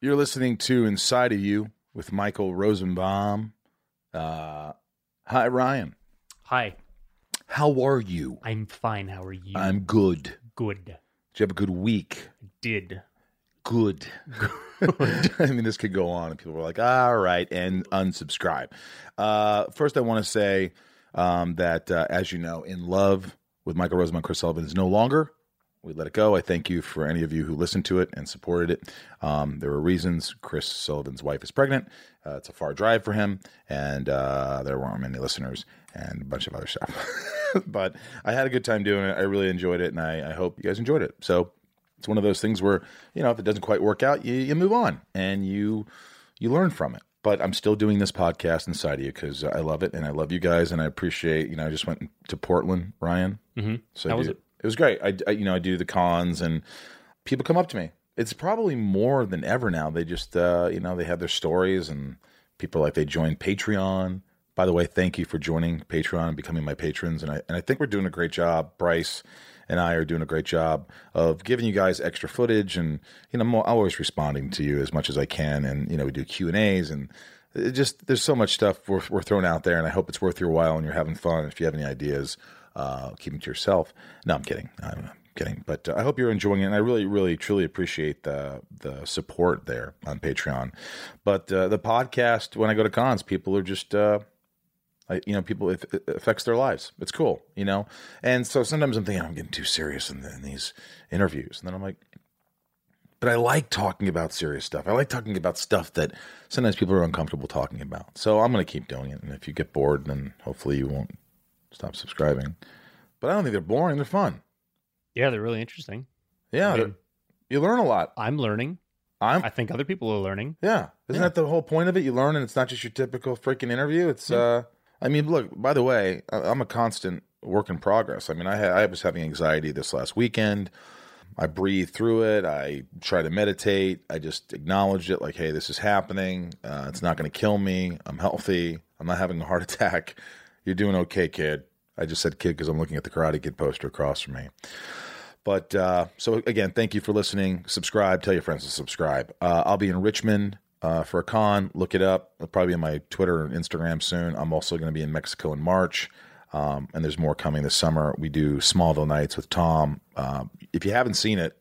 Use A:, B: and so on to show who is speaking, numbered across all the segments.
A: You're listening to Inside of You with Michael Rosenbaum. Uh, hi, Ryan.
B: Hi,
A: How are you?
B: I'm fine. How are you?
A: I'm good. Did
B: good.
A: you have a good week?
B: Did.
A: Good. I mean, this could go on, and people were like, all right, and unsubscribe. Uh, first, I want to say um, that, uh, as you know, In Love with Michael Rosenbaum, Chris Sullivan is no longer. We let it go. I thank you for any of you who listened to it and supported it. Um, there were reasons. Chris Sullivan's wife is pregnant. Uh, it's a far drive for him, and uh, there weren't many listeners and a bunch of other stuff. but I had a good time doing it. I really enjoyed it, and I, I hope you guys enjoyed it. So it's one of those things where you know if it doesn't quite work out you, you move on and you you learn from it but i'm still doing this podcast inside of you because i love it and i love you guys and i appreciate you know i just went to portland ryan mm-hmm. so
B: How
A: I
B: was
A: do-
B: it?
A: it was great I, I you know i do the cons and people come up to me it's probably more than ever now they just uh you know they have their stories and people like they join patreon by the way thank you for joining patreon and becoming my patrons and i, and I think we're doing a great job bryce and I are doing a great job of giving you guys extra footage, and you know I'm always responding to you as much as I can, and you know we do Q and A's, and it just there's so much stuff we're, we're throwing out there, and I hope it's worth your while and you're having fun. If you have any ideas, uh, keep them to yourself. No, I'm kidding. I'm kidding, but uh, I hope you're enjoying it, and I really, really, truly appreciate the the support there on Patreon. But uh, the podcast, when I go to cons, people are just. Uh, I, you know, people it, it affects their lives. It's cool, you know. And so sometimes I'm thinking I'm getting too serious in, the, in these interviews, and then I'm like, but I like talking about serious stuff. I like talking about stuff that sometimes people are uncomfortable talking about. So I'm going to keep doing it. And if you get bored, then hopefully you won't stop subscribing. But I don't think they're boring. They're fun.
B: Yeah, they're really interesting.
A: Yeah,
B: I mean-
A: they're- you learn a lot.
B: I'm learning.
A: I'm
B: I think other people are learning.
A: Yeah. Isn't that the whole point of it? You learn, and it's not just your typical freaking interview. It's, uh, I mean, look, by the way, I- I'm a constant work in progress. I mean, I, ha- I was having anxiety this last weekend. I breathed through it. I try to meditate. I just acknowledged it like, hey, this is happening. Uh, it's not going to kill me. I'm healthy. I'm not having a heart attack. You're doing okay, kid. I just said kid because I'm looking at the Karate Kid poster across from me. But uh, so again, thank you for listening. Subscribe. Tell your friends to subscribe. Uh, I'll be in Richmond uh, for a con. Look it up. It'll probably be on my Twitter and Instagram soon. I'm also going to be in Mexico in March. Um, and there's more coming this summer. We do Smallville nights with Tom. Uh, if you haven't seen it,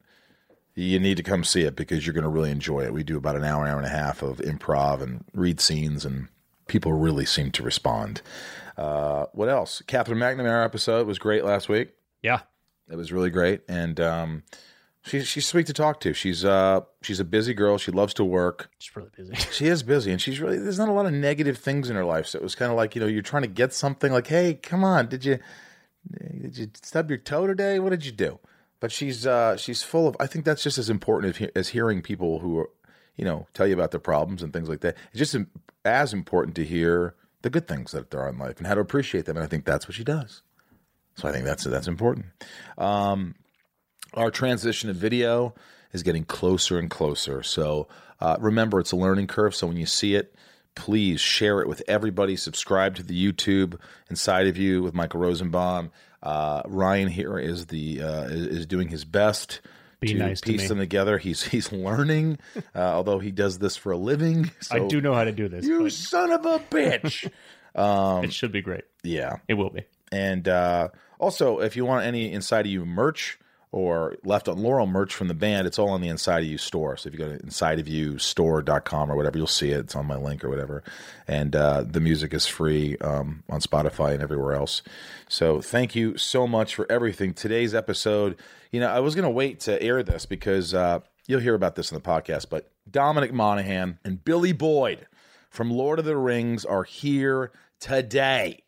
A: you need to come see it because you're going to really enjoy it. We do about an hour, hour and a half of improv and read scenes, and people really seem to respond. Uh, what else? Catherine McNamara episode was great last week.
B: Yeah.
A: It was really great, and um, she's she's sweet to talk to. She's uh she's a busy girl. She loves to work.
B: Just really busy.
A: She is busy, and she's really there's not a lot of negative things in her life. So it was kind of like you know you're trying to get something like, hey, come on, did you did you stub your toe today? What did you do? But she's uh she's full of. I think that's just as important as, he- as hearing people who are you know tell you about their problems and things like that. It's just im- as important to hear the good things that there are in life and how to appreciate them. And I think that's what she does. So I think that's that's important Um, our transition to video is getting closer and closer. So uh, remember, it's a learning curve. So when you see it, please share it with everybody. Subscribe to the YouTube inside of you with Michael Rosenbaum. Uh, Ryan here is the uh, is, is doing his best
B: Be nice to
A: piece
B: me.
A: them together. He's he's learning, uh, although he does this for a living. So
B: I do know how to do this.
A: You um,
B: but
A: son of a bitch!
B: it should be great.
A: yeah.
B: It will be.
A: And uh, also, if you want any Inside of You merch or Left on Laurel merch from the band, it's all on the Inside of You store. So if you go to insideofyoustore.com or whatever, you'll see it. It's on my link or whatever. And uh, the music is free um, on Spotify and everywhere else. So thank you so much for everything. Today's episode, you know, I was going to wait to air this because uh, you'll hear about this in the podcast, but Dominic Monaghan and Billy Boyd from Lord of the Rings are here today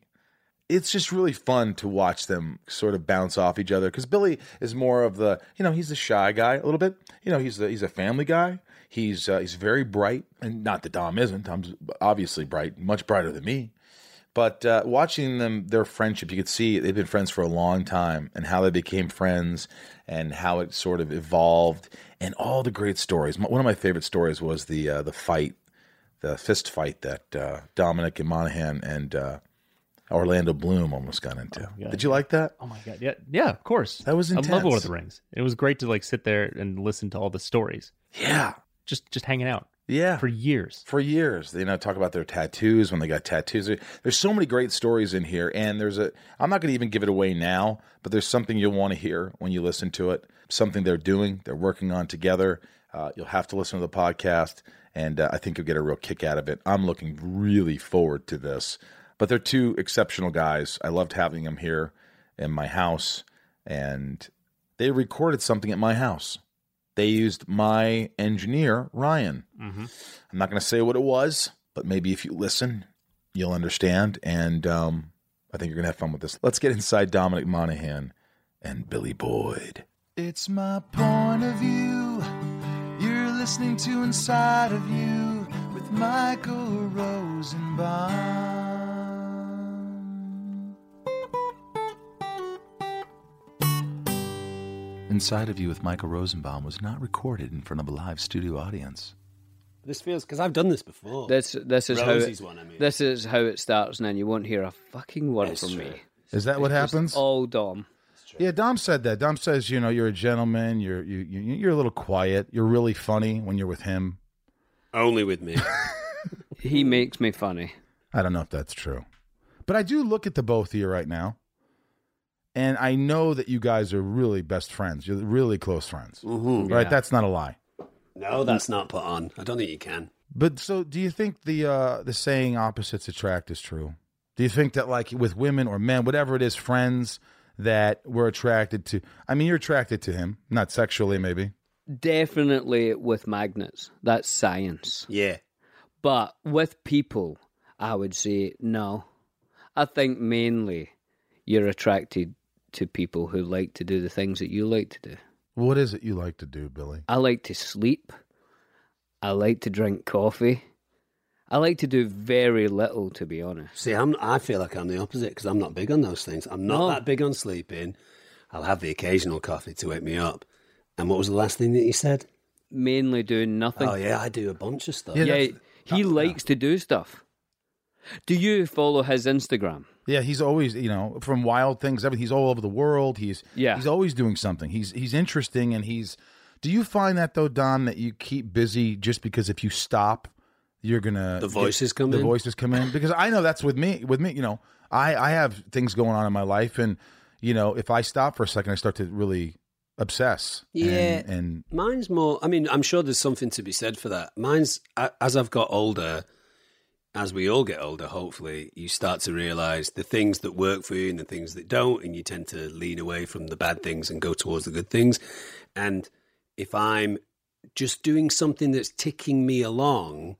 A: it's just really fun to watch them sort of bounce off each other because Billy is more of the you know he's the shy guy a little bit you know he's the, he's a family guy he's uh, he's very bright and not that Dom isn't Dom's obviously bright much brighter than me but uh, watching them their friendship you could see they've been friends for a long time and how they became friends and how it sort of evolved and all the great stories one of my favorite stories was the uh, the fight the fist fight that uh, Dominic and Monaghan and uh, Orlando Bloom almost got into.
B: yeah.
A: Did you like that?
B: Oh my god. Yeah. Yeah, of course.
A: That was
B: I
A: intense.
B: love Lord of the Rings. It was great to like sit there and listen to all the stories.
A: Yeah.
B: just just hanging out
A: Yeah.
B: for years.
A: for years. They you know talk about their tattoos when they got tattoos. There- There's so many great stories in here, and there's a. I'm not going to even give it away now, but there's something you'll want to hear when you listen to it. Something they're doing, they're working on together. Uh, you'll have to listen to the podcast, and uh, I think you'll get a real kick out of it. I'm looking really forward to this. But they're two exceptional guys. I loved having them here in my house, and they recorded something at my house. They used my engineer, Ryan.
B: Mm-hmm.
A: I'm not going to say what it was, but maybe if you listen, you'll understand. And um, I think you're going to have fun with this. Let's get inside Dominic Monaghan and Billy Boyd. It's my point of view. You're listening to Inside of You with Michael Rosenbaum. Inside of You with Michael Rosenbaum was not recorded in front of a live studio audience.
C: This feels because I've done this before.
D: This this is
C: Rosie's
D: how it,
C: one, I mean.
D: this is how it starts, and then you won't hear a fucking word
C: It's
D: from
C: true.
D: me.
A: Is that what happens?
D: All Dom.
A: Yeah, Dom said that. Dom says, you know, you're a gentleman. You're you, you you're a little quiet. You're really funny when you're with him.
C: Only with me. Hmm.
D: He makes me funny.
A: I don't know if that's true, but I do look at the both of you right now, and I know that you guys are really best friends. You're really close friends,
C: Mhm.
A: right?
D: Yeah.
A: That's not a lie.
C: No, that's not put on. I don't think you can.
A: But so, do you think the uh, the saying "opposites attract" is true? Do you think that like with women or men, whatever it is, friends that we're attracted to? I mean, you're attracted to him, not sexually, maybe.
D: Definitely with magnets. That's science.
C: Yeah.
D: But with people, I would say no. I think mainly you're attracted to people who like to do the things that you like to do.
A: What is it you like to do, Billy?
D: I like to sleep. I like to drink coffee. I like to do very little, to be honest.
C: See, I'm. I feel like I'm the opposite because I'm not big on those things. I'm not
D: No.
C: that big on sleeping. I'll have the occasional coffee to wake me up. And what was the last thing that you said?
D: Mainly doing nothing.
C: oh yeah, I do a bunch of stuff.
A: Yeah,
D: Yeah,
A: that's-
D: he likes to do stuff. Do you follow his Instagram?
A: Yeah, he's always you know from wild things. Everything he's all over the world. He's
D: Yeah.
A: he's always doing something. He's he's interesting and he's. Do you find that though, Don, that you keep busy just because if you stop, you're gonna
C: The voices come
A: the
C: in?
A: voices come in because I know that's with me. With me, you know, I I have things going on in my life, and you know, if I stop for a second, I start to really obsess. and-
C: Yeah.
A: and
C: Mine's more. I mean, I'm sure there's something to be said for that. Mine's a- as I've got older, as we all get older. Hopefully, you start to realise the things that work for you and the things that don't, and you tend to lean away from the bad things and go towards the good things. And if I'm just doing something that's ticking me along,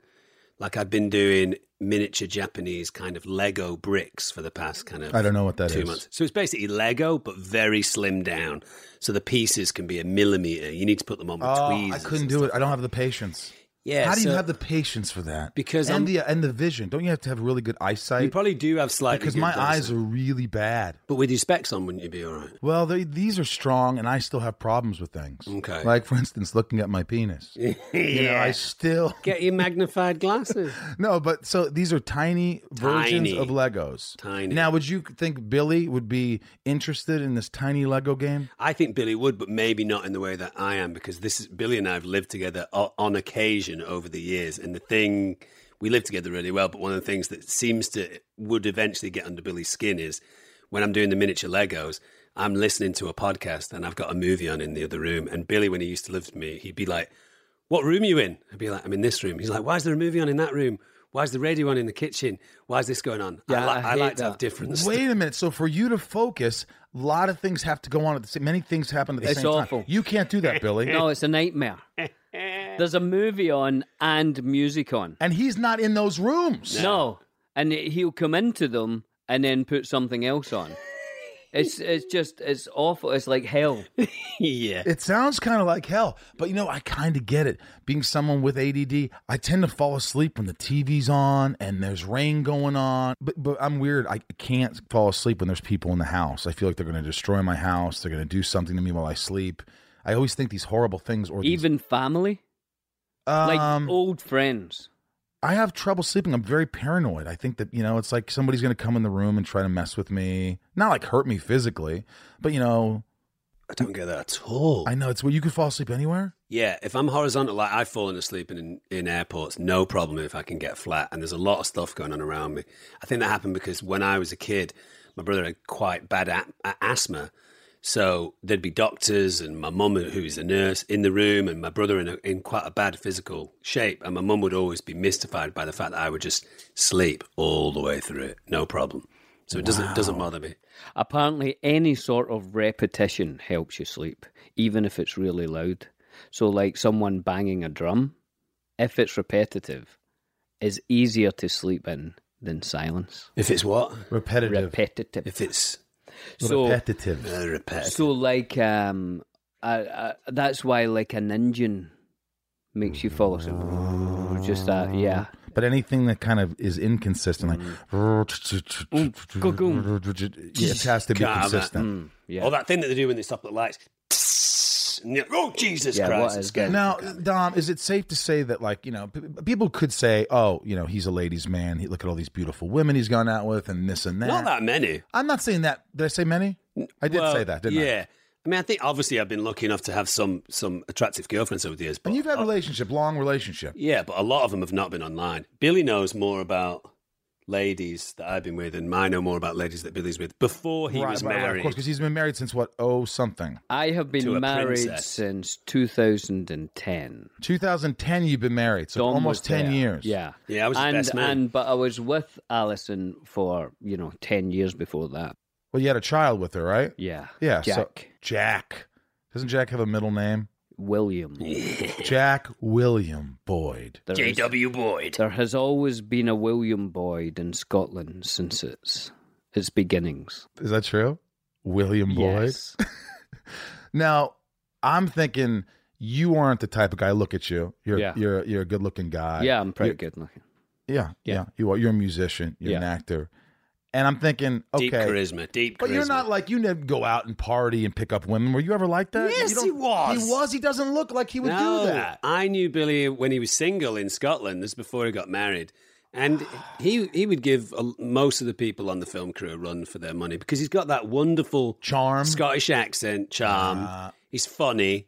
C: like I've been doing miniature Japanese kind of Lego bricks for the past kind of
A: I don't know what that is.
C: two months. So it's basically Lego, but very slimmed down. So the pieces can be a millimeter. You need to put them on with
A: Oh, I
C: tweezers.
A: couldn't do it. I don't have the patience.
C: Yeah.
A: How do you
C: so
A: have the patience for that?
C: Because
A: and
C: I'm-
A: the and the vision. Don't you have to have really good eyesight?
C: You probably do have slightly
A: because
C: good
A: my eyes
C: eyesight.
A: are really bad.
C: But with your specs on, wouldn't you be all right?
A: Well, they, these are strong, and I still have problems with things.
C: Okay.
A: Like, for instance, looking at my penis. You know, I still
C: Get your magnified glasses.
A: no, but so these are tiny versions
C: Tiny.
A: of Legos.
C: Tiny.
A: Now, would you think Billy would be interested in this tiny Lego game?
C: I think Billy would, but maybe not in the way that I am, because this is Billy and I have lived together o- on occasion over the years, and the thing we live together really well. But one of the things that seems to would eventually get under Billy's skin is when I'm doing the miniature Legos. I'm listening to a podcast and I've got a movie on in the other room. And Billy, when he used to live with me, he'd be like, What room are you in? I'd be like, I'm in this room. He's like, Why is there a movie on in that room? Why is the radio on in the kitchen? Why is this going on?
D: Yeah,
C: I,
D: I
C: li- I,
D: hate
C: like to have
D: that.
C: different stuff.
A: Wait a minute. So for you to focus, a lot of things have to go on at the same. Many things happen at the
D: It's
A: same
D: awful.
A: time. You can't do that, Billy.
D: No, it's a nightmare. There's a movie on and music on.
A: And he's not in those rooms.
D: No, and he'll come into them and then put something else on. It's it's just it's awful. It's like hell.
C: yeah.
A: It sounds kind of like hell, but you know, I kind of get it. Being someone with ADD, I tend to fall asleep when the TV's on and there's rain going on. But, but I'm weird. I can't fall asleep when there's people in the house. I feel like they're going to destroy my house. They're going to do something to me while I sleep. I always think these horrible things. Or these-
D: Even family, like oh
A: um,
D: old friends.
A: I have trouble sleeping. I'm very paranoid. I think that you know, it's like somebody's going to come in the room and try to mess with me. Not like hurt me physically, but you know,
C: I don't get that at all.
A: I know it's where you could fall asleep anywhere.
C: Yeah, if I'm horizontal, like I've fallen asleep in in airports, no problem if I can get flat. And there's a lot of stuff going on around me. I think that happened because when I was a kid, my brother had quite bad a- a- asthma, so there'd be doctors and my mum, who's a nurse, in the room, and my brother in a, in quite a bad physical shape. And my mum would always be mystified by the fact that I would just sleep all the way through it, no problem. So it doesn't doesn't bother me.
D: Apparently, any sort of repetition helps you sleep, even if it's really loud. So, like someone banging a drum, if it's repetitive, is easier to sleep in than silence.
C: If it's what?
A: Repetitive.
D: Repetitive.
C: If it's
D: so,
A: Repetitive.
C: uh, repetitive.
D: so like um, I, I, that's why like an engine makes you fall asleep. Just that, yeah.
A: But anything that kind of is inconsistent,
C: Mm.
A: like Yeah, it has to be
C: Carve that.
A: consistent.
D: Mm, yeah.
C: Or that thing that they do when they stop at the lights. Tss, and you're like, oh, Jesus
D: Yeah, what
C: Christ.
D: is
C: It's scary.
A: Now, Dom, is it safe to say that, like, you know, p- people could say, "Oh, you know, he's a ladies' man. He, look at all these beautiful women he's gone out with, and this and that."
C: Not that many.
A: I'm not saying that. Did I say many? I did
C: Well,
A: say that, didn't I?
C: Yeah. I mean, I think obviously I've been lucky enough to have some some attractive girlfriends over the years. But
A: And you've had a relationship, long relationship.
C: yeah, but a lot of them have not been online. Billy knows more about ladies that I've been with, and I know more about ladies that Billy's with before he was
A: of
C: married.
A: course, because he's been married since what? Oh, something.
D: I have
C: To a
D: been married
C: princess.
D: since 2010.
A: 2010. You've been married, so
D: Dom
A: almost
D: was
A: 10
D: there.
A: years.
D: Yeah.
C: Yeah, I was his
D: and,
C: best man.
D: And but I was with Alison for, you know, ten years before that.
A: Well, you had a child with her, right?
D: Yeah.
A: Yeah. So,
D: Jack
A: Jack. Doesn't Jack have a middle name?
D: William.
A: Jack William Boyd.
D: There is-
C: J.W. Boyd.
D: there has always been a William Boyd in Scotland since its its beginnings.
A: Is that true? William Boyd.
D: Yes.
A: Now, I'm thinking you aren't the type of guy. Look at you. You're
D: Yeah.
A: you're you're a good looking guy.
D: yeah, I'm pretty
A: You're-
D: good looking.
A: Yeah, yeah.
B: Yeah.
A: You are. You're a musician. You're an
D: Yeah.
A: actor. And I'm thinking, okay,
C: Deep charisma. Deep charisma.
A: But you're not like you never go out and party and pick up women. Were you ever like that?
C: Yes,
A: You don't-
C: he was.
A: He was. He doesn't look like he would do that.
C: I knew Billy when he was single in Scotland. This is before he got married, and he he would give a, most of the people on the film crew a run for their money because he's got that wonderful
A: Charm. Ah.
C: Scottish accent, charm. he's funny,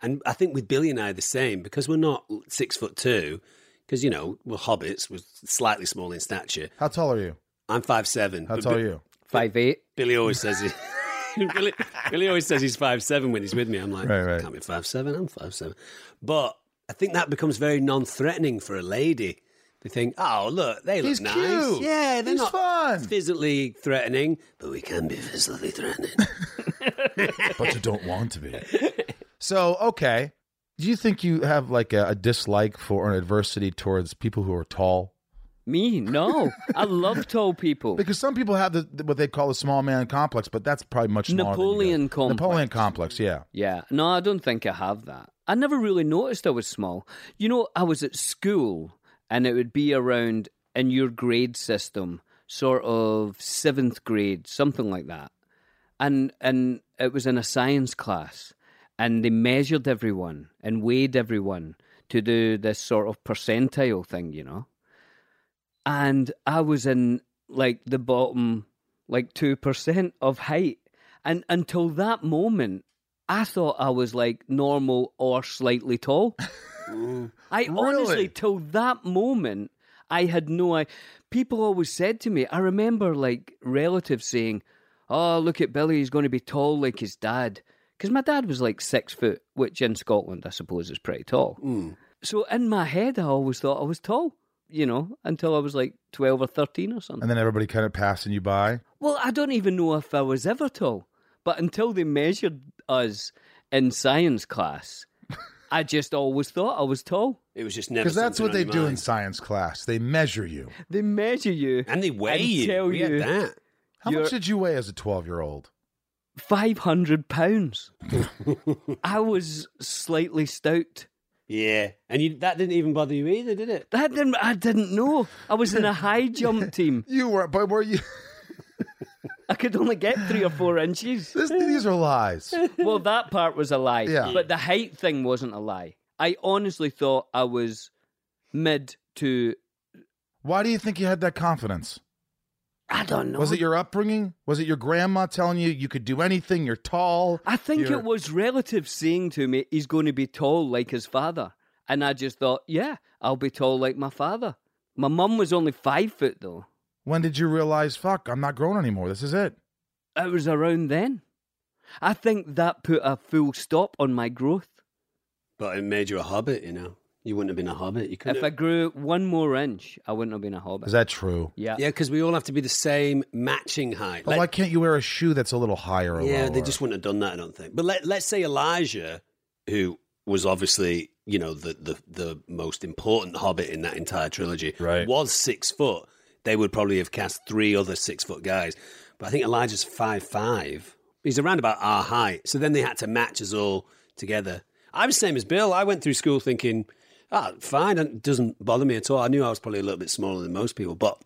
C: and I think with Billy and I the same because we're not six foot two. Because you know we're hobbits, we're slightly small in stature.
A: How tall are you?
C: I'm five seven.
A: How tall are you?
D: Five eight.
C: Billy always says he. Billy, Billy always says he's five seven when he's with me. I'm like,
A: Right, right.
C: can't be five seven. I'm five seven. But I think that becomes very non-threatening for a lady. They think, oh look, they look
A: He's
C: nice.
A: cute.
C: Yeah, they're
A: He's
C: not
A: fun.
C: physically threatening, but we can be physically threatening.
A: but you don't want to be. So okay, do you think you have like a, a dislike for an adversity towards people who are tall?
D: Me? No. I love tall people.
A: Because some people have the, what they call the small man complex, but that's probably much smaller. than you
D: Napoleon
A: do.
D: complex.
A: Napoleon complex. Yeah.
D: Yeah. No, I don't think I have that. I never really noticed I was small. You know, I was at school and it would be around in your grade system, sort of seventh grade, something like that. And and it was in a science class and they measured everyone and weighed everyone to do this sort of percentile thing, you know. And I was in like the bottom like two percent of height. And until that moment I thought I was like normal or slightly tall. I
A: Really?
D: honestly, till that moment, I had no I People always said to me, I remember like relatives saying, Oh, look at Billy, he's going to be tall like his dad. Because my dad was like six foot, which in Scotland, I suppose, is pretty tall. So in my head, I always thought I was tall, you know, until I was like 12 or 13 or something.
A: And then everybody kind of passing you by.
D: Well, I don't even know if I was ever tall, but until they measured us in science class, I just always thought I was tall.
C: It was just never.
A: Because that's what
C: something
A: they
C: on your
A: do in
C: mind.
A: science class. They measure you.
D: They measure you
C: and they weigh
D: and
C: you.
D: tell
C: we had
D: you-
C: that.
A: How
D: You're-
A: much did you weigh as a 12 year old?
D: 500 pounds. I was slightly stout.
C: Yeah, and you, that didn't even bother you either, did it?
D: That didn't, I didn't know. I was in a high jump team.
A: You were, but were you?
D: I could only get three or four inches.
A: This, these are lies.
D: Well, that part was a lie.
A: Yeah.
D: But the height thing wasn't a lie. I honestly thought I was mid to
A: Why do you think you had that confidence?
D: I don't know.
A: Was it your upbringing? Was it your grandma telling you you could do anything? You're tall.
D: I think
A: you're-
D: it was relatives saying to me he's going to be tall like his father, and I just thought, yeah, I'll be tall like my father. My mum was only five foot though.
A: When did you realize, fuck, I'm not grown anymore. This is it.
D: It was around then. I think that put a full stop on my growth.
C: But it made you a hobbit, you know. You wouldn't have been a hobbit. You could
D: If I grew one more inch, I wouldn't have been a hobbit.
A: Is that true?
D: yeah.
C: Yeah, because we all have to be the same matching height.
A: But
C: Let-
A: why can't you wear a shoe that's a little higher or
C: yeah, they
A: lower?
C: just wouldn't have done that, I don't think. But let, let's say Elijah, who was obviously, you know, the, the, the most important hobbit in that entire trilogy,
A: Right.
C: was six foot. They would probably have cast three other six foot guys. But I think Elijah's five five. He's around about our height. So then they had to match us all together. I'm the same as Bill. I went through school thinking, ah, fine, it doesn't bother me at all. I knew I was probably a little bit smaller than most people, but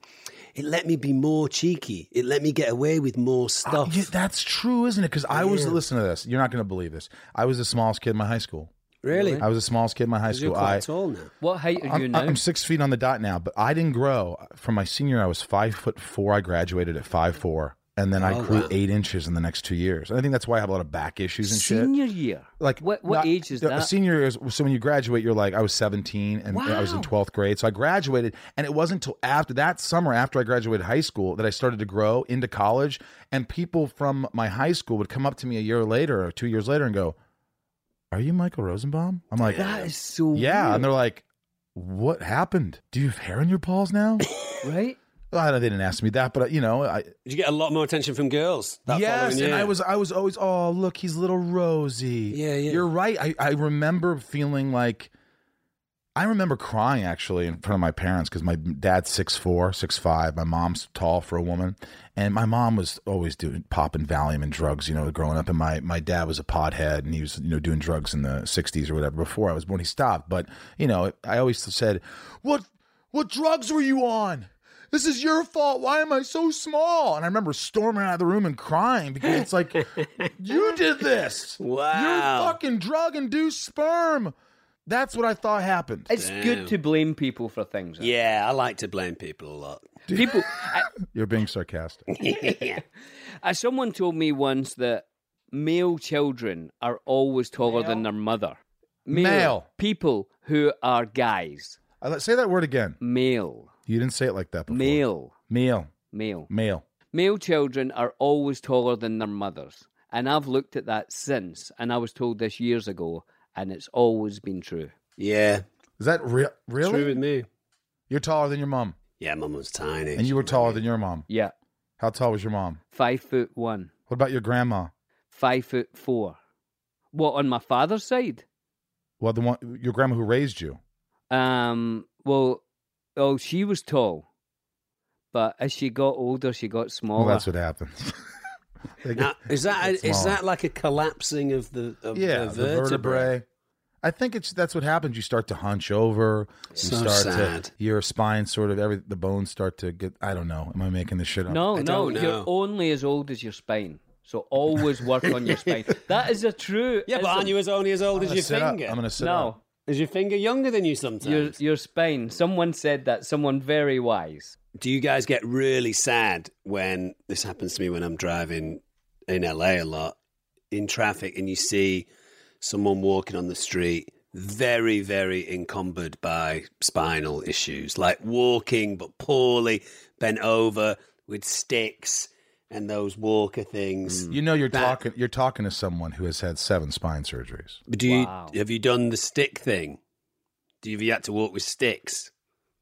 C: it let me be more cheeky. It let me get away with more
A: Uh,
C: stuff.
A: yeah, that's true, isn't it? Because I was listening to this. You're not going to believe this. I was the smallest kid in my high school.
C: Really?
A: I was the smallest kid in my high
C: Because you're
A: school.
C: quite
A: I,
C: tall now.
D: What height are you
A: I'm,
D: now?
A: I'm six feet on the dot now, but I didn't grow from my senior. year, I was five foot four. I graduated at five four, and then I
C: Oh,
A: grew
C: wow.
A: eight inches in the next two years. And I think that's why I have a lot of back issues and shit.
D: Senior year.
A: Like
D: what? What
A: not-
D: age is
A: the-
D: that?
A: Senior year is so when you graduate, you're like I was 17 and I was in
D: Wow.
A: 12th grade. So I graduated, and it wasn't until after that summer, after I graduated high school, that I started to grow into college. And people from my high school would come up to me a year later or two years later and go, "Are you Michael Rosenbaum?" I'm like,
D: that is so.
A: "Yeah," and they're like, "What happened? Do you have hair on your balls now?"
D: weird, right.
A: well, I know they didn't ask me that, but uh, you know, I,
C: Did you get a lot more attention from girls? That
A: yes,
C: following
A: and
C: year?
A: I was I was always oh look he's little rosy.
C: Yeah, yeah.
A: You're right. I I remember feeling like I remember crying actually in front of my parents because my dad's six four, six five. My mom's tall for a woman, and my mom was always doing popping Valium and drugs. You know, growing up, and my my dad was a pothead, and he was you know doing drugs in the '60s or whatever before I was born. He stopped, but you know, I always said, "What what drugs were you on?" This is your fault. Why am I so small? And I remember storming out of the room and crying because it's like, you did this.
C: Wow.
A: You fucking drug induced sperm. That's what I thought happened.
D: It's
C: Damn.
D: good to blame people for things.
C: Yeah, I like to blame people a lot.
D: People. I,
A: You're being sarcastic.
D: I, someone told me once that male children are always taller than their mother.
A: Male.
D: people who are guys.
A: I, let- say that word again.
D: Male.
A: You didn't say it like that before.
D: Male.
A: Meal.
D: Male.
A: Meal.
D: Male children are always taller than their mothers. And I've looked at that since, and I was told this years ago, and it's always been true.
C: Yeah,
A: Is that real? Really?
C: true with me.
A: You're taller than your mom,
C: Yeah, mum was tiny,
A: and you were taller than your mom.
D: Yeah.
A: How tall was your mom?
D: Five foot one,
A: What about your grandma?
D: five foot four. What, on my father's side?
A: Well, the one your grandma who raised you.
D: Um, well, oh, she was tall, but as she got older, she got
A: Well,
D: smaller.
A: that's what happens. They get-
C: Oh, Now, is that
A: It's
C: is
A: smaller.
C: that like a collapsing of the of
A: yeah,
C: the
A: the
C: vertebrae?
A: vertebrae. I think it's that's what happens. You start to hunch over. You
C: So
A: start
C: sad.
A: to your spine sort of every the bones start to get. I don't know. Am I making this shit up?
D: no,
C: I
D: no,
C: don't
D: you're
C: know.
D: only as old as your spine. So always work on your spine. That is a true.
C: Yeah, but
D: ism.
C: aren't you as only as old
A: I'm
C: as
A: gonna
C: your
A: sit up.
C: finger?
A: I'm gonna sit
D: No,
A: up.
C: Is your finger younger than you
D: your
C: sometimes?
D: your spine. Someone said that. Someone very wise.
C: Do you guys get really sad when this happens to me when I'm driving in LA a lot in traffic and you see someone walking on the street very, very encumbered by spinal issues, like walking but poorly, bent over with sticks and those walker things.
A: You know you're
C: That-
A: talking. You're talking to someone who has had seven spine surgeries.
C: But do you
D: Wow.
C: have you done the stick thing? Do you have you had to walk with sticks?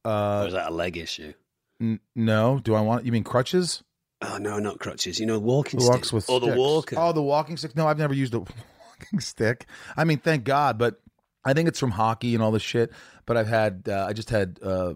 C: or
A: Uh,
C: is that a leg issue?
A: n- no. Do I want? You mean crutches?
C: Oh no, not crutches. You know, walking
A: Who walks
C: sticks
A: with
C: or the
A: sticks?
C: walker.
A: Oh, the walking stick. No, I've never used a walking stick. I mean, thank God, but I think it's from hockey and all this shit. But I've had, uh, I just had uh,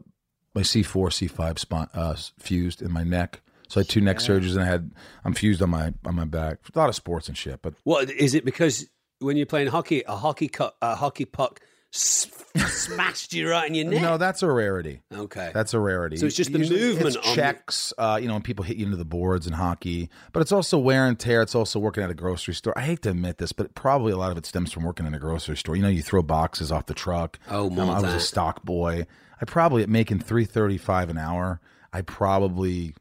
A: my C four, C five spine uh, fused in my neck. So I had two neck surgeries, and I had I'm fused on my on my back. A lot of sports and shit, but
C: What is it? Because when you're playing hockey, a hockey cu- a hockey puck s- smashed you right in your neck.
A: no, that's a rarity.
C: okay,
A: That's a rarity.
C: So it's just the movement
A: It's
C: on the-
A: checks, uh, you know, when people hit you into the boards in hockey, but it's also wear and tear. It's also working at a grocery store. I hate to admit this, but probably a lot of it stems from working in a grocery store. You know, you throw boxes off the truck.
C: Oh,
A: Um,
C: more
A: I was a
C: that.
A: stock boy. I probably at making three thirty five an hour. I probably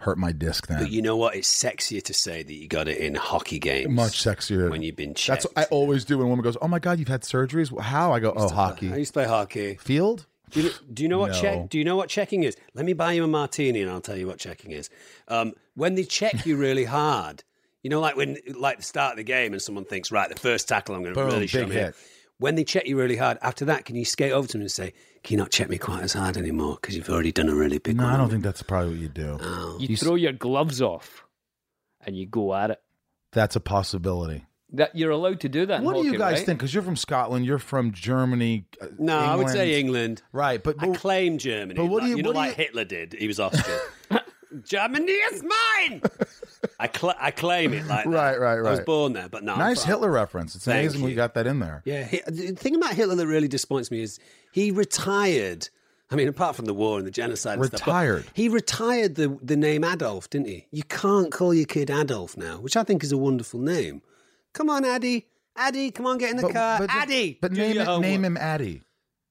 E: hurt my disc then.
C: But you know what? It's sexier to say that you got it in hockey games.
E: Much sexier.
C: when you've been checked.
E: That's what I always do when a woman goes, "Oh my god, you've had surgeries." How? I go, "Oh,
C: I
E: hockey
C: used to play hockey.
E: field."
C: Do you, do you know what
E: No.
C: check? Do you know what checking is? Let me buy you a martini, and I'll tell you what checking is. Um, when they check you really hard, you know, like when like the start of the game, and someone thinks, right, the first tackle, I'm going to
E: Boom,
C: really
E: big
C: show 'em here."
E: hit.
C: When they check you really hard, after that, can you skate over to them and say, "Can you not check me quite as hard anymore? Because you've already done a really big
E: No,
C: one."
E: I don't think that's probably what you do.
D: You, throw your gloves off and you go at it.
E: That's a possibility.
D: That you're allowed to do that. in
E: What do you
D: hockey,
E: guys
D: right?
E: think? Because you're from Scotland, you're from Germany. uh,
C: No, I would say
E: England.
C: England.
E: Right, but,
C: I
E: but-
C: claim Germany.
E: but what do
C: like-
E: you-
C: know,
E: what do
C: like
E: you-
C: Hitler did. He was Austrian. Germany is mine. I, cl- I claim it like that.
E: Right, right,
C: I was
E: right.
C: born there, but no. I'm
E: nice
C: from-
E: Hitler reference. It's
C: Thank
E: amazing we
C: you.
E: got that in there.
C: Yeah, he, the thing about Hitler that really disappoints me is he retired. I mean, apart from the war and the genocide, and stuff, but
E: Retired.
C: he retired the the name Adolf, didn't he? You can't call your kid Adolf now, which I think is a wonderful name. Come on, Addy, Addy, come on, get in the car, Addy.
E: But
C: do
E: name
C: your
E: it,
C: homework.
E: name him Addy.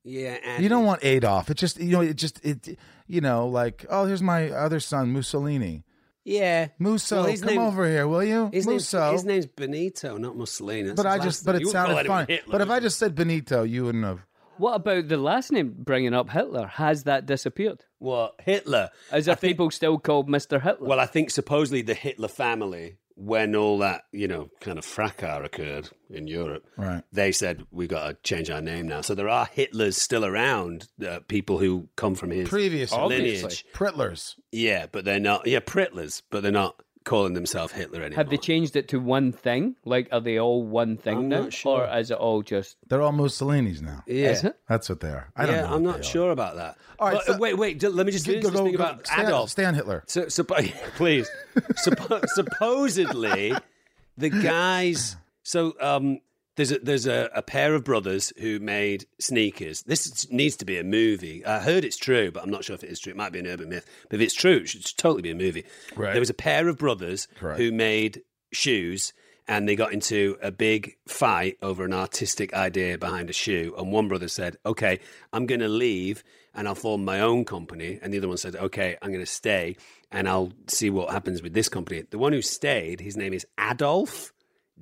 C: Yeah, Addy.
E: You don't want Adolf. It just you know it just it you know like oh here's my other son Mussolini.
C: Yeah,
E: Musso,
C: Well, his
E: come
C: name-
E: over here, will you?
C: His name's,
E: Musso.
C: his name's Benito, not Mussolini. That's
E: but
C: his
E: I
C: last
E: just but
C: name.
E: it
C: You wouldn't call
E: sounded
C: anyone
E: fun.
C: Hitler,
E: But if
C: would
E: I
C: you?
E: just said Benito, you wouldn't have.
D: What about the last name bringing up Hitler? Has that disappeared?
C: what Hitler?
D: As if people still called Mr. Hitler.
C: Well, I think supposedly the Hitler family, when all that you know kind of fracas occurred in Europe,
E: Right.
C: they said we got to change our name now. So there are Hitlers still around, uh, people who come from his
E: Previously.
C: lineage.
E: Pritlers.
C: Yeah, but they're not. Yeah, Pritlers, but they're not calling themselves Hitler anymore.
D: Have they changed it to one thing? Like, are they all one thing
C: I'm
D: now,
C: not sure.
D: or is it all just?
E: They're all Mussolini's now.
C: Yeah.
D: Is it?
E: That's what they are. I don't
C: yeah,
E: know.
C: I'm
E: what
C: not
E: they are.
C: sure about that.
E: All right,
C: But,
E: so-
C: uh, wait, wait. d- Let me just
E: Go,
C: finish
E: go,
C: this
E: go,
C: thing
E: go.
C: about
E: Stan,
C: Adolf.
E: Stan Hitler.
C: So, suppo- please, Suppo- supposedly, the guys. So, um, there's a, there's a, a pair of brothers who made sneakers. This is- needs to be a movie. I heard it's true, but I'm not sure if it is true. It might be an urban myth, but if it's true, it should totally be a movie.
E: Right.
C: There was a pair of brothers
E: Correct.
C: who made shoes. And they got into a big fight over an artistic idea behind a shoe. And one brother said, Okay, I'm going to leave and I'll form my own company. And the other one said, Okay, I'm going to stay and I'll see what happens with this company. The one who stayed, his name is Adolf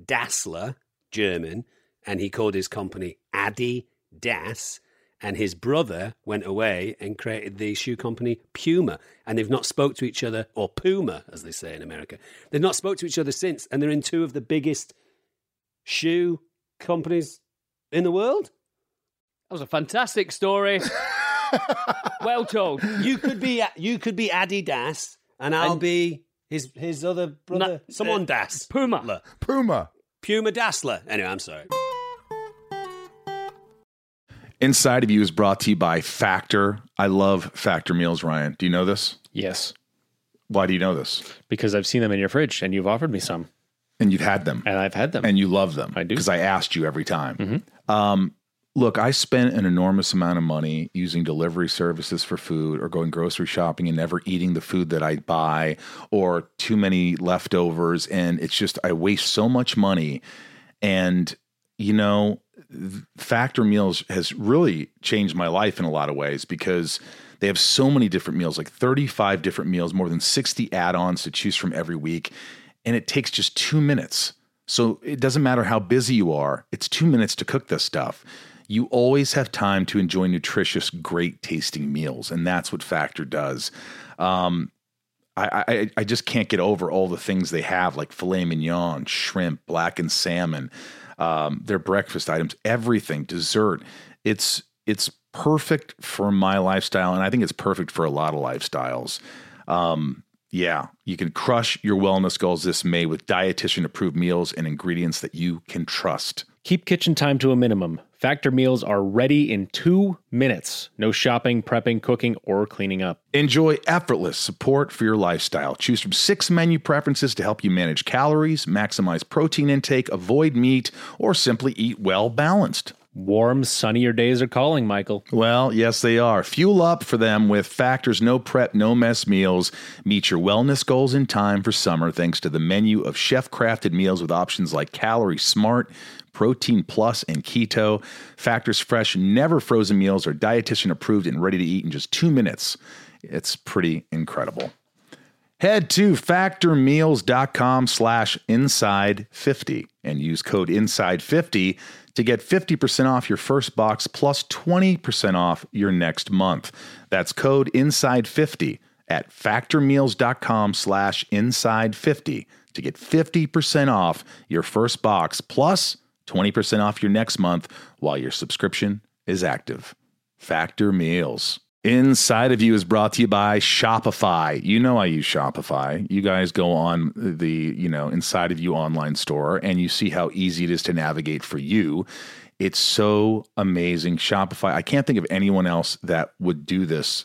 C: Dassler, German, and he called his company Addy Das. And his brother went away and created the shoe company Puma. And they've not spoke to each other, or Puma, as they say in America. They've not spoke to each other since. And they're in two of the biggest shoe companies in the world.
D: That was a fantastic story. well told.
C: You could be you could be Addy Das, and I'll
D: And-
C: be his his other brother,
D: Na-
C: someone
D: uh,
C: Das,
D: Puma.
C: Look,
E: Puma.
C: Puma Dassler. Anyway, I'm sorry.
A: Inside of You is brought to you by Factor. I love Factor meals, Ryan. Do you know this?
F: Yes,
A: Why do you know this?
F: because I've seen them in your fridge and you've offered me some
A: And you've had them
F: and I've had them.
A: and you love them.
F: I do. Mm-hmm.
A: Because I asked you every time. Um, look, I spent an enormous amount of money using delivery services for food or going grocery shopping and never eating the food that I buy or too many leftovers. And it's just, I waste so much money. And, you know, th- Factor Meals has really changed my life in a lot of ways because they have so many different meals, like 35 different meals, more than 60 add ons to choose from every week. And it takes just two minutes. So it doesn't matter how busy you are, it's two minutes to cook this stuff. You always have time to enjoy nutritious, great tasting meals. And that's what Factor does. Um, I, I I just can't get over all the things they have, like filet mignon, shrimp, blackened salmon, um, their breakfast items, everything, dessert. It's it's perfect for my lifestyle, and I think it's perfect for a lot of lifestyles. Um, yeah, you can crush your wellness goals this May with dietitian approved meals and ingredients that you can trust.
F: Keep kitchen time to a minimum. Factor meals are ready in two minutes. No shopping, prepping, cooking, or cleaning up.
A: Enjoy effortless support for your lifestyle. Choose from six menu preferences to help you manage calories, maximize protein intake, avoid meat, or simply eat well balanced.
F: Warm, sunnier days are calling, Michael.
A: Well, yes, they are. Fuel up for them with Factor's no prep, no mess meals. Meet your wellness goals in time for summer thanks to the menu of chef crafted meals with options like Calorie Smart, Protein Plus, and Keto. Factor's fresh, never frozen meals are dietitian approved and ready to eat in just two minutes. It's pretty incredible.
G: Head to factormeals.com slash inside50 and use code inside50 to get 50% off your first box plus 20% off your next month. That's code inside50 at factormeals.com slash inside50 to get 50% off your first box plus 20% off your next month while your subscription is active. Factor Meals. Inside of You is brought to you by Shopify. You know I use Shopify. You guys go on the, you know, Inside of You online store and you see how easy it is to navigate for you. It's so amazing. Shopify, I can't think of anyone else that would do this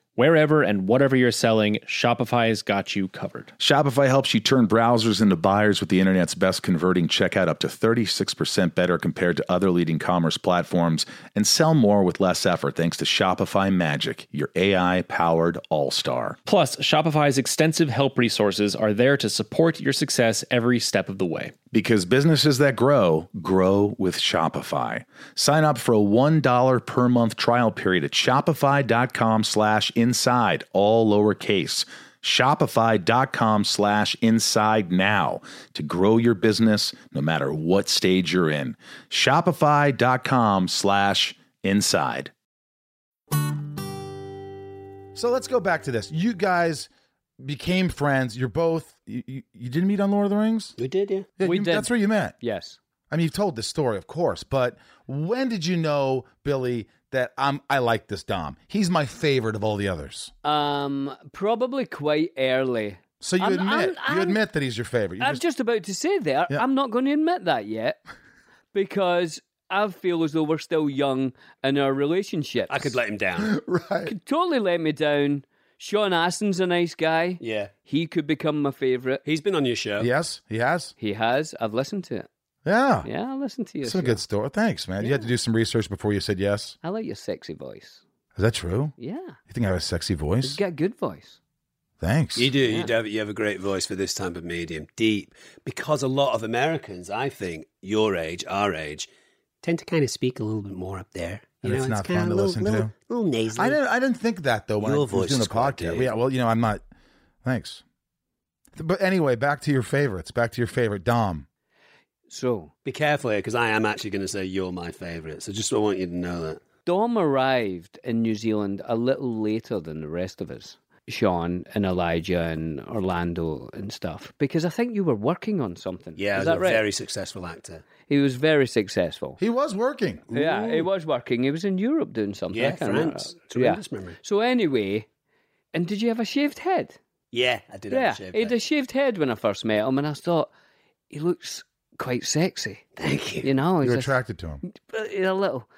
F: Wherever and whatever you're selling, Shopify's got you covered.
G: Shopify helps you turn browsers into buyers with the internet's best converting checkout up to 36% better compared to other leading commerce platforms and sell more with less effort thanks to Shopify Magic, your AI powered all star.
F: Plus, Shopify's extensive help resources are there to support your success every step of the way.
G: Because businesses that grow, grow with Shopify. Sign up for a $1 per month trial period at shopify.com slash inside, all lowercase. Shopify.com slash inside now to grow your business no matter what stage you're in. Shopify.com slash inside.
A: So let's go back to this. You guys became friends. You're both. You, you, you didn't meet on Lord of the Rings.
C: We did, yeah.
A: Yeah,
D: We
A: you-
D: did.
A: That's where you met.
D: Yes.
A: I mean, you've told this story, of course, but when did you know, Billy, that I'm I like this Dom? He's my favorite of all the others.
D: Um, probably quite early.
A: So you
D: I'm-
A: admit
D: I'm- I'm-
A: you admit that he's your favorite. You
D: I'm just about to say there,
A: Yeah.
D: I'm not going to admit that yet because I feel as though we're still young in our relationship.
C: I could let him down.
A: right.
D: totally let me down. Sean Astin's a nice guy.
C: yeah.
D: He could become my favourite.
C: He's been on your show.
A: Yes, he has.
D: He has. I've listened to it.
A: Yeah,
D: Yeah, I listened to you.
A: It's a good story. Thanks, man. You had to do some research before you said yes.
D: I like your sexy voice.
A: Is that true?
D: Yeah.
A: You think I have a sexy
D: You've
A: voice?
D: got a good voice.
A: Thanks.
C: You do. You, do have, you have a great voice for this type of medium, deep, because a lot of Americans, I think, your age, our age, tend to kind of speak a little bit more up there.
A: And it's not
C: kinda
A: fun to
C: little-
A: listen
C: little-
A: to.
C: Little nasally.
A: I didn't. I didn't think that though when
C: Your
A: I was
C: voice
A: doing the
C: is quite
A: podcast.
C: deep.
A: Yeah. Well, you know, I'm not. Thanks. But anyway, back to your favorites. Back to your favorite Dom.
D: So,
C: Be careful here, because I am actually going to say you're my favourite. So just I want you to know that.
D: Dom arrived in New Zealand a little later than the rest of us, Sean and Elijah and Orlando and stuff, because I think you were working on something.
C: Yeah,
D: is
C: I
D: that
C: was a
D: right?
C: very successful actor.
D: He was very successful.
A: He was working.
D: Yeah, he was working. He was in Europe doing something. I
C: Yeah,
D: can't remember.
C: France. Tremendous memory.
D: So anyway, and did you have a shaved head?
C: Yeah, I did
D: yeah,
C: have a shave
D: he had
C: there.
D: a shaved head when I first met him, and I thought he looks quite sexy.
C: Thank you.
D: You know, he's
A: You're
D: just-
A: attracted to him.
D: a little.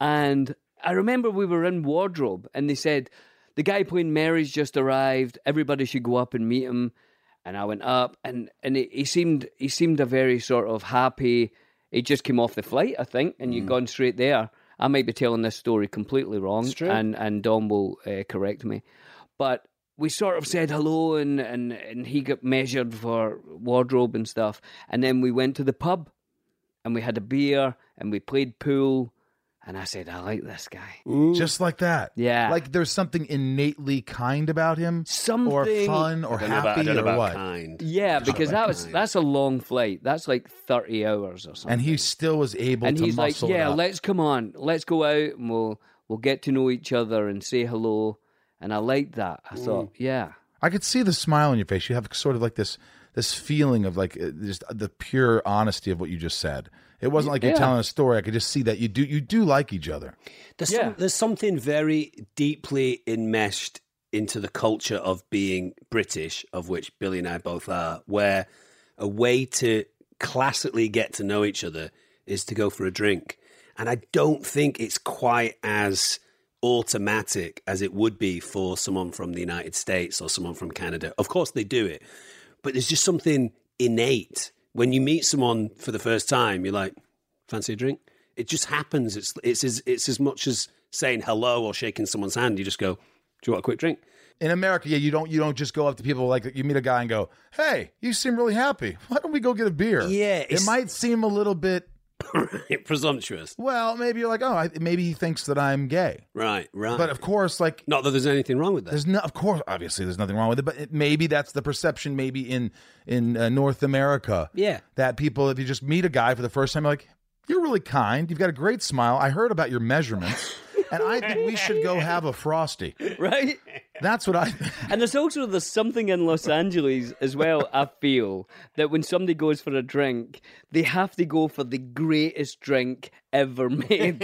D: And I remember we were in wardrobe and they said, the guy playing Mary's just arrived. Everybody should go up and meet him. And I went up and, and he, he seemed he seemed a very sort of happy. He just came off the flight, I think, and
C: Mm.
D: you'd gone straight there. I might be telling this story completely wrong,
C: It's true.
D: and and Dom will uh, correct me. But we sort of said hello, and, and and he got measured for wardrobe and stuff, and then we went to the pub and we had a beer and we played pool And I said, I like this guy.
A: Just like that.
D: Yeah.
A: Like there's something innately kind about him
D: Something.
A: or fun or
C: I don't know about, I
A: happy
C: don't know
A: or
C: about
A: what.
C: kind.
D: Yeah,
C: Just
D: because
C: about
D: that was
C: kind.
D: that's a long flight. That's like thirty hours or something.
A: And he still was able
D: and
A: to
D: he's like,
A: muscle it
D: "Yeah,
A: up.
D: let's come on, let's go out, and we'll we'll get to know each other and say hello." And I liked that. I thought, yeah,
A: I could see the smile on your face. You have sort of like this this feeling of like uh, just the pure honesty of what you just said. It wasn't like you're
D: Yeah.
A: telling a story. I could just see that you do you do like each other.
C: There's,
D: Yeah.
C: some, there's something very deeply enmeshed into the culture of being British, of which Billy and I both are, where a way to classically get to know each other is to go for a drink. And I don't think it's quite as automatic as it would be for someone from the United States or someone from Canada. Of course, they do it, but there's just something innate. When you meet someone for the first time, you're like, fancy a drink? It just happens. It's it's as it's as much as saying hello or shaking someone's hand. You just go, "Do you want a quick drink?"
A: In America, yeah, you don't you don't just go up to people like you meet a guy and go, "Hey, you seem really happy. Why don't we go get a beer?"
C: Yeah,
A: it
C: it's-
A: might seem a little bit.
C: Presumptuous,
A: Well, maybe you're like, "Oh, I, maybe he thinks that I'm gay,"
C: right? Right.
A: but uh, of course, like
C: not that there's anything wrong with that.
A: There's no, of course, obviously, there's nothing wrong with it, but it, maybe that's the perception. Maybe in in uh, North America,
C: Yeah.
A: that people, if you just meet a guy for the first time, you're like, you're really kind. You've got a great smile. I heard about your measurements, and I think we should go have a frosty.
D: right.
A: That's what I.
D: And there's also there's something in Los Angeles as well. I feel that when somebody goes for a drink, they have to go for the greatest drink ever made.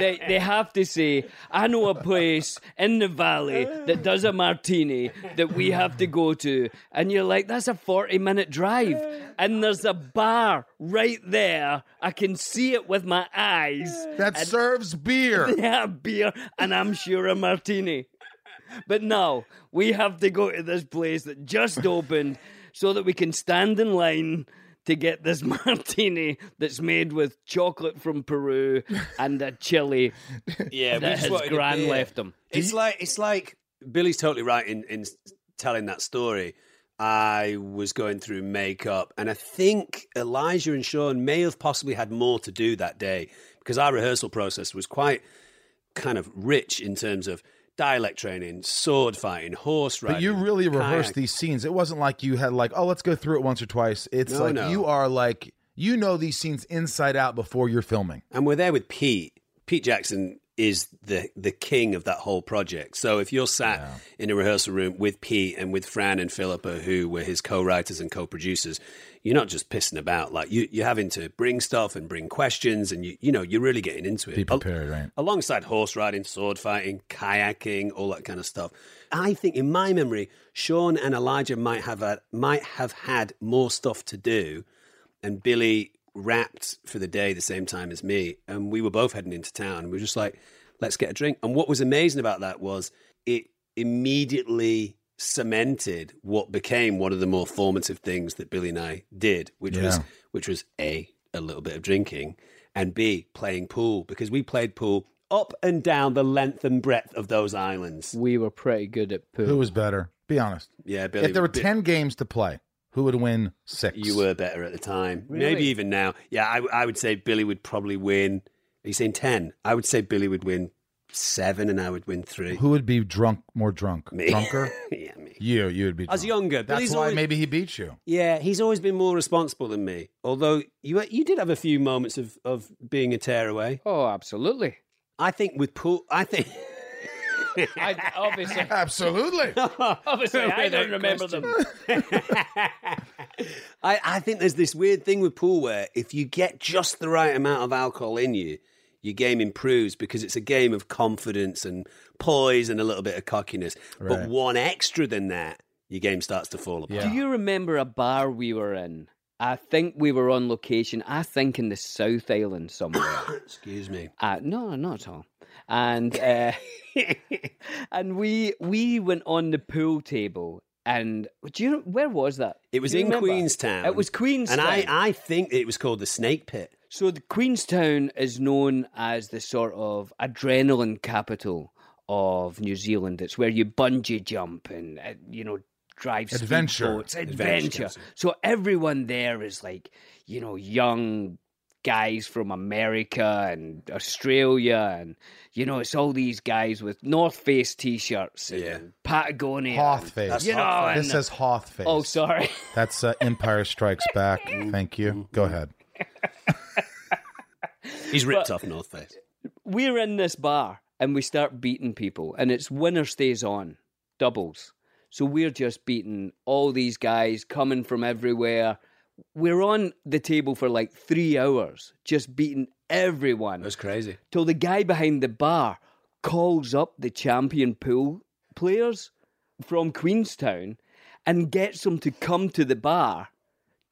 D: they they have to say, "I know a place in the valley that does a martini that we have to go to," and you're like, "That's a forty minute drive," and there's a bar right there. I can see it with my eyes.
A: That serves beer.
D: They have beer and I'm sure a martini. But now we have to go to this place that just opened so that we can stand in line to get this martini that's made with chocolate from Peru and a chili
C: yeah,
D: that his gran left him.
C: It's like it's like Billy's totally right in in telling that story. I was going through makeup, and I think Elijah and Sean may have possibly had more to do that day because our rehearsal process was quite kind of rich in terms of dialect training, sword fighting, horse riding.
A: But you really rehearsed
C: kayak.
A: these scenes. It wasn't like you had like, oh, let's go through it once or twice. It's
C: No,
A: like
C: no.
A: you are like you know these scenes inside out before you're filming.
C: And we're there with Pete. Pete Jackson is the the king of that whole project. So if you're sat in a rehearsal room with Pete and with Fran and Philippa, who were his co-writers and co-producers, you're not just pissing about. Like you, you're having to bring stuff and bring questions, and you you know you're really getting into it.
A: Be
C: Al-
A: prepared, right?
C: alongside horse riding, sword fighting, kayaking, all that kind of stuff. I think, in my memory, Sean and Elijah might have had, might have had more stuff to do, and Billy wrapped for the day the same time as me, and we were both heading into town. And we were just like, let's get a drink. And what was amazing about that was it immediately cemented what became one of the more formative things that Billy and I did, which was
A: Yeah.
C: which was a a little bit of drinking and b playing pool because we played pool up and down the length and breadth of those islands.
D: We were pretty good at poo.
A: Who was better? Be honest.
C: Yeah, Billy.
A: if there were
C: Bi-
A: 10 games to play, who would win six?
C: you were better at the time. Maybe
D: Really?
C: even now. Yeah, I, I would say Billy would probably win. Are you saying ten? I would say Billy would win seven, and I would win three.
A: Who would be drunk, more drunk?
C: Me.
A: Drunker?
C: yeah, me.
A: you, you would be
C: I was
A: drunk.
C: younger.
A: That's
C: Billy's
A: why
C: always-
A: maybe he beat you.
C: Yeah, he's always been more responsible than me. Although you you did have a few moments of of being a tearaway.
D: Oh, absolutely.
C: I think with pool, I think.
D: I obviously
A: Absolutely.
D: obviously I
C: Wait, that
D: don't remember them.
C: I, I think there's this weird thing with pool where if you get just the right amount of alcohol in you, your game improves because it's a game of confidence and poise and a little bit of cockiness.
A: Right.
C: But one extra than that, your game starts to fall apart.
A: Yeah.
D: Do you remember a bar we were in? I think we were on location, I think in the South Island somewhere.
C: Excuse me.
D: Uh, no, not at all. And uh, and we we went on the pool table. And do you where was that?
C: It was
D: Do you
C: in
D: remember?
C: Queenstown.
D: It was Queenstown.
C: And I, I think it was called the Snake Pit.
D: So the Queenstown is known as the sort of adrenaline capital of New Zealand. It's where you bungee jump and uh, you know drive
A: Adventure.
D: speedboats, adventure. So everyone there is like you know young guys from America and Australia, and you know, it's all these guys with North Face T-shirts and
C: Yeah.
D: Patagonia.
A: Hoth face.
D: You know,
A: This
D: and-
A: says Hoth face.
D: oh, sorry.
A: That's uh, Empire Strikes Back. Thank you.
C: Mm-hmm.
A: Go ahead.
C: He's ripped off North Face.
D: we're in this bar and we start beating people, and it's winner stays on, doubles. So we're just beating all these guys coming from everywhere. We're on the table for like three hours, just beating everyone
C: That's crazy.
D: till the guy behind the bar calls up the champion pool players from Queenstown and gets them to come to the bar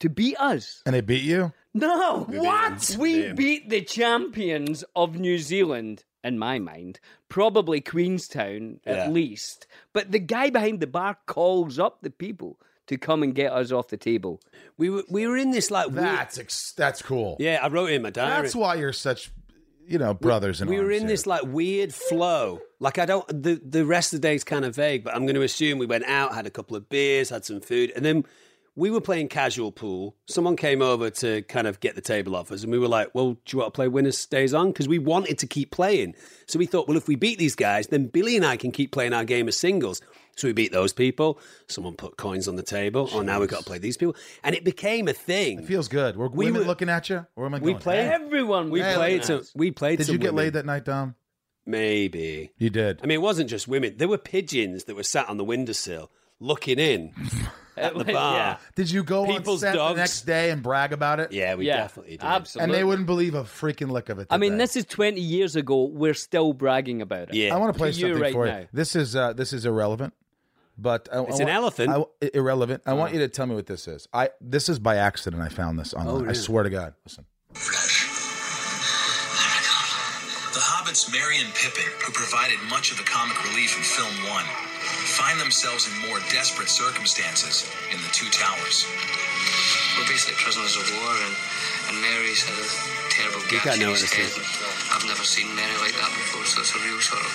D: to beat us.
A: And they beat you?
D: No,
C: what?
D: We
C: Damn.
D: beat the champions of New Zealand, in my mind, probably Queenstown
C: Yeah.
D: at least. But the guy behind the bar calls up the people to come and get us off the table.
C: We were we were in this like weird-
A: That's ex- that's cool.
C: yeah. I wrote it in my diary.
A: That's why you're such, you know, brothers and
C: we were in this like weird flow. Like I don't the the rest of the day's kind of vague, but I'm going to assume we went out, had a couple of beers, had some food, and then we were playing casual pool. Someone came over to kind of get the table off us, and we were like, "Well, do you want to play winners stays on?" Because we wanted to keep playing. So we thought, "Well, if we beat these guys, then Billy and I can keep playing our game of singles." So we beat those people. Someone put coins on the table. Oh, now we've got to play these people, and it became a thing.
A: Feels good. Were
C: We
A: women
C: were-
A: looking at you? Or am I
C: We
A: going?
C: played-
D: Everyone
C: we
D: was looking
C: played
D: at
C: to
D: us.
C: we played.
A: Did
C: to
A: you get
C: women.
A: laid that night, Dom?
C: Maybe
A: You did.
C: I mean, it wasn't just women. There were pigeons that were sat on the windowsill looking in at the
D: was-
C: bar.
A: Did you go on
C: People's
A: set
C: dogs.
A: the next day and brag about it?
C: yeah. we
D: yeah,
C: definitely did.
A: And
D: Absolutely.
A: they wouldn't believe a freaking lick of it.
D: I
A: did
D: mean,
A: they?
D: this is 20 years ago. We're still bragging about it.
C: Yeah.
A: I want to play
D: to you
A: something
D: right
A: for
D: now.
A: you. This is uh, this is irrelevant, but I,
C: It's
A: I want-
C: an elephant. Uh.
A: I, i- irrelevant. I want you to tell me what this is. I this is by accident. I found this
C: Oh,
A: online. I swear to God. Listen.
H: The hobbits Merry and Pippin, who provided much of the comic relief in film one, find themselves in more desperate circumstances in the Two Towers.
I: We're basically prisoners of war, and, and Mary's had a terrible gash
C: can't
I: in
C: know
I: his
C: what
I: head.
C: this
I: uh, I've never seen Mary like that before, so it's a real sort of.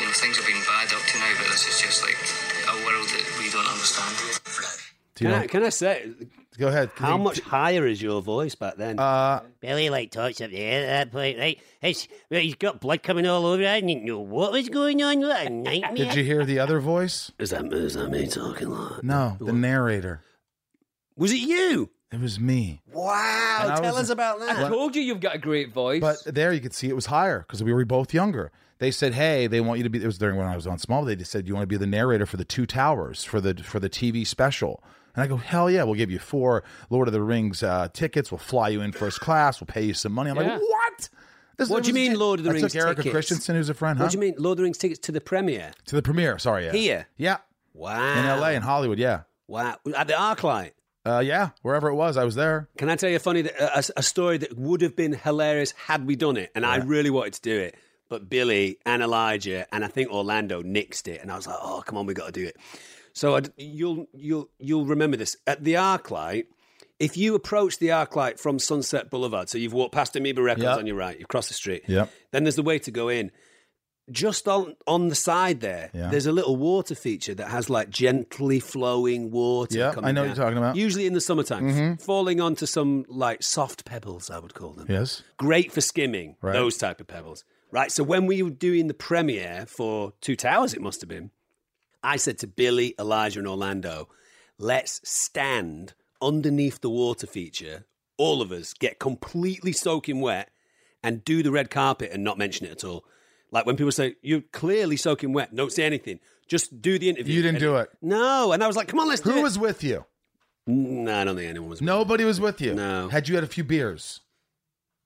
I: You know, things have been bad up to now, but this is just like a world that we don't understand.
A: Do you
C: can,
A: know-
C: I, can I say,
A: go ahead.
C: how
A: Can you-
C: much higher is your voice back then?
A: Uh,
J: Billy like talks up there at that point, right? It's, well, he's got blood coming all over. I didn't know what was going on. What a nightmare.
A: did you hear the other voice?
C: is, that, is that me talking like
A: No, the narrator.
C: Was it you?
A: It was me.
C: Wow.
A: And I
C: tell
A: was-
C: us about that.
D: I told you you've got a great voice.
A: But there you could see it was higher because we were both younger. They said, "Hey, they want you to be." It was during when I was on Smallville. They just said, "You want to be the narrator for the Two Towers for the for the TV special?" And I go, "Hell yeah! We'll give you four Lord of the Rings uh, tickets. We'll fly you in first class. We'll pay you some money." I'm
D: Yeah.
A: like, "What?" This-
C: What do you
A: was-
C: mean, Lord of the
A: I
C: Rings
A: took Erica
C: tickets?
A: Christensen, who's a friend, huh?
C: What do you mean? Lord of the Rings tickets to the premiere?
A: To the premiere. Sorry, yeah.
C: Here?
A: yeah,
C: Wow.
A: in L.A. in Hollywood, yeah,
C: Wow. At the Arclight.
A: uh, yeah, wherever it was, I was there.
C: Can I tell you a funny a, a story that would have been hilarious had we done it, and I really wanted to do it, but Billy and Elijah and I think Orlando nixed it, and I was like, oh come on, we got to do it. So I'd, you'll you'll you'll remember this at the ArcLight. If you approach the ArcLight from Sunset Boulevard, so you've walked past Amoeba Records
A: Yep.
C: on your right, you've crossed the street,
A: Yep.
C: then there's the way to go in. Just on on the side there,
A: Yeah.
C: there's a little water feature that has like gently flowing water.
A: Yep,
C: coming
A: I know what
C: down.
A: you're talking about. Mm-hmm.
C: Usually in the summertime, falling onto some like soft pebbles, I would call them.
A: Yes,
C: Great for skimming,
A: Right.
C: those type of pebbles. Right. So when we were doing the premiere for Two Towers, it must have been, I said to Billy, Elijah, and Orlando, let's stand underneath the water feature, all of us get completely soaking wet and do the red carpet and not mention it at all. Like when people say, you're clearly soaking wet, don't say anything. Just do the interview.
A: You didn't
C: And
A: do it.
C: No. And I was like, come on, let's do
A: who
C: it.
A: was with you?
C: No, I don't think anyone was.
A: Nobody was with you.
C: No.
A: Had you had a few beers?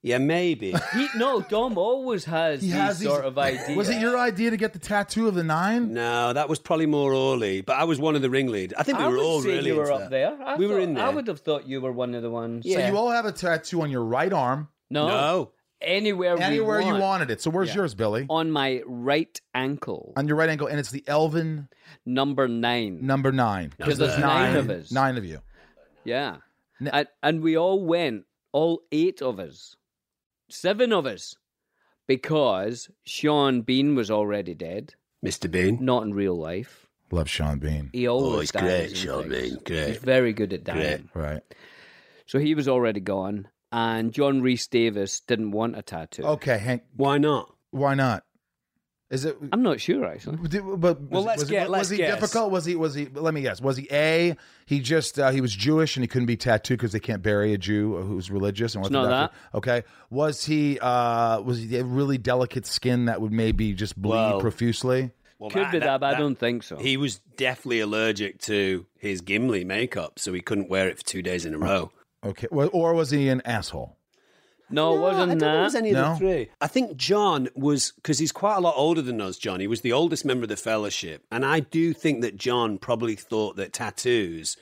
C: Yeah, maybe.
D: he, no, Dom always has
A: He
D: these
A: has these-
D: sort of ideas.
A: Was it your idea to get the tattoo of the nine?
C: no, that was probably more Orly, but I was one of the ringlead. I think we
D: I
C: were
D: would
C: all
D: say
C: really
D: you were
C: into
D: up
C: that.
D: there. I
C: we were
D: thought-
C: in there.
D: I would have thought you were one of the ones.
A: So you all have a tattoo on your right arm,
D: no,
C: No,
D: anywhere, we
A: anywhere you
D: want.
A: wanted it. So where's yours, Billy?
D: on my right ankle,
A: On your right ankle, and it's the Elven
D: number nine.
A: number nine.
D: 'Cause there's nine of us.
A: Nine of you.
D: Yeah, and, and we all went, all eight of us, seven of us, because Sean Bean was already dead,
C: Mr. Bean.
D: not in real life.
A: Love Sean Bean.
D: He
C: Oh,
D: always
C: he's
D: dies
C: great,
D: in
C: Sean
D: things.
C: Bean.
D: He's
C: Great.
D: very good at dying.
A: Right.
D: So he was already gone. and John Reese Davis didn't want a tattoo.
A: Okay, Hank.
C: Why not?
A: Why not? Is it?
D: I'm not sure actually.
A: Did- but was,
C: Well, let's
A: was, it-
C: get-
A: was
C: let's
A: he
C: guess.
A: difficult? Was he? Was he? Let me guess. Was he a? He just uh, he was Jewish and he couldn't be tattooed because they can't bury a Jew who's religious. And
D: It's not
A: Orthodox. Okay. Was he? Uh, was he a really delicate skin that would maybe just bleed
C: Well,
A: profusely?
C: Well,
D: Could be that, but I don't think so.
C: He was deathly allergic to his Gimli makeup, so he couldn't wear it for two days in a row.
A: Okay. Well, or was he an asshole?
D: no, it
C: I
D: wasn't
C: don't think it was
D: that.
C: any of
A: No?
C: the three. I think John was because he's quite a lot older than us. John, he was the oldest member of the fellowship, and I do think that John probably thought that tattoos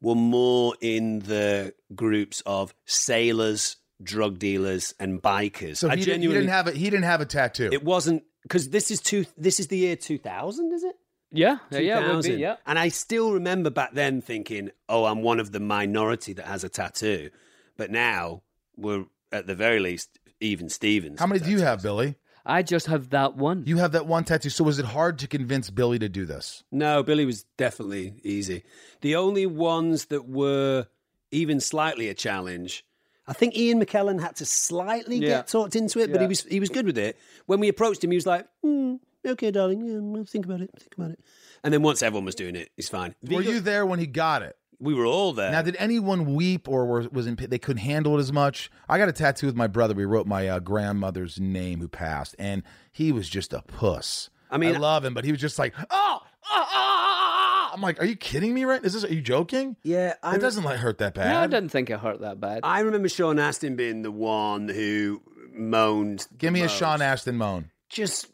C: were more in the groups of sailors, drug dealers, and bikers.
A: So
C: I
A: he, didn't, he
C: genuinely-
A: didn't have a he didn't have a tattoo.
C: it wasn't because this is two. This is the year two thousand, is it?
D: Yeah, yeah, yeah, it would be,
C: 2000.
D: yeah.
C: And I still remember back then thinking, oh, I'm one of the minority that has a tattoo. But now we're at the very least even Stevens.
A: How many do you have, Billy?
D: I just have that one.
A: You have that one tattoo. So was it hard to convince Billy to do this?
C: No, Billy was definitely easy. The only ones that were even slightly a challenge. I think Ian McKellen had to slightly
D: Yeah.
C: get talked into it, but he
D: Yeah.
C: was he was good with it. When we approached him, he was like, "Hmm, "Okay, darling, yeah, we'll think about it, think about it." And then once everyone was doing it, he's fine.
A: were
C: The-
A: you there when he got it?
C: We were all there.
A: Now, did anyone weep or were, was in? pa- They couldn't handle it as much. I got a tattoo with my brother. We wrote my uh, grandmother's name, who passed, and he was just a puss.
C: I mean-
A: I love him, but he was just like, oh, ah, ah, ah, ah." I'm like, are you kidding me? Right? Is this? Are you joking?
C: yeah, I
A: It doesn't like hurt that
D: no, I
A: bad.
D: didn't think it hurt that bad.
C: I remember Sean Astin being the one who moaned.
A: Give me a
C: most.
A: Sean Aston moan.
C: Just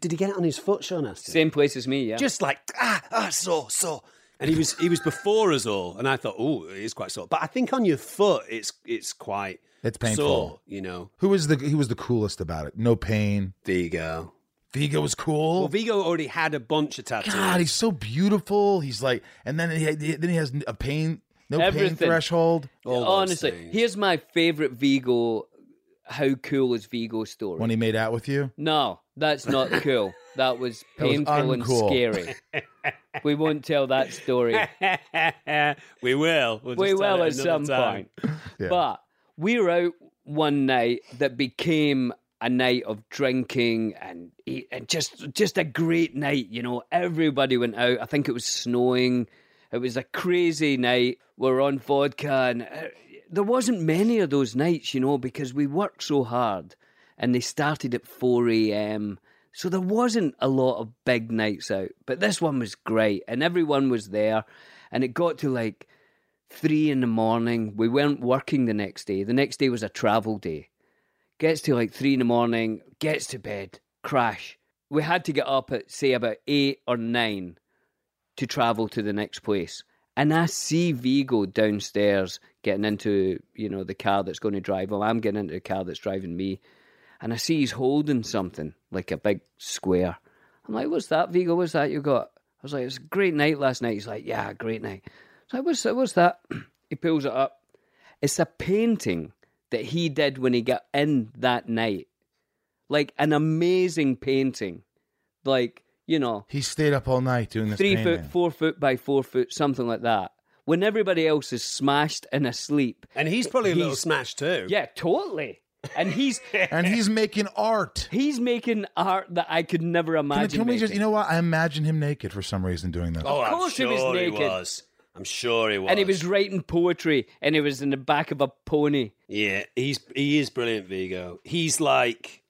C: did he get it on his foot, Sean Astin?
D: Same place as me. Yeah.
C: Just like ah ah sore sore. And he was he was before us all, and I thought, oh, it is quite sore. But I think on your foot, it's it's quite
A: It's painful.
C: sore. You know,
A: Who was the? Who was the coolest about it? No pain.
C: Vigo.
A: Vigo was cool.
C: Well, Vigo already had a bunch of tattoos.
A: God, he's so beautiful. He's like, and then he then he has a pain, no pain
D: Everything.
A: threshold
C: All those
D: Honestly,
C: things.
D: here's my favorite Vigo. How cool is Vigo story?
A: when he made out with you.
D: No, that's not cool. That was
A: was
D: painful and
A: uncool.
D: scary. we won't tell that story.
C: we will. We'll
D: we
C: just tell
D: will
C: it another
D: at some
C: time.
D: point.
A: Yeah.
D: But we were out one night that became a night of drinking and eat, and just just a great night. You know, everybody went out. I think it was snowing. It was a crazy night. We are on vodka, and uh, there wasn't many of those nights, you know, because we worked so hard, and they started at four a.m. So there wasn't a lot of big nights out, but this one was great, and everyone was there, and it got to like three in the morning. We weren't working the next day. The next day was a travel day. Gets to like three in the morning, gets to bed, crash. We had to get up at say about eight or nine to travel to the next place. And I see Vigo downstairs getting into, you know, the car that's going to drive him. I'm getting into the car that's driving me. And I see he's holding something, like a big square. I'm like, what's that, Vigo? What's that you got? I was like, it's a great night last night. He's like, yeah, great night. So what's that? What's that? he pulls it up. It's a painting that he did when he got in that night. Like an amazing painting. Like, you know,
A: He stayed up all night doing this.
D: three
A: painting.
D: foot, four foot by four foot, something like that. When everybody else is smashed and asleep.
C: And he's probably a little
D: He's-
C: smashed too.
D: Yeah, totally. And he's
A: and he's making art.
D: he's making art that I could never
A: Can,
D: imagine.
A: can we just,
D: making.
A: you know what? I imagine him naked for some reason doing that.
C: Oh,
D: Of course he
C: I'm sure
D: was naked.
C: He was. I'm sure he was.
D: and he was writing poetry and he was in the back of a pony.
C: Yeah, he's he is brilliant, Vigo. He's like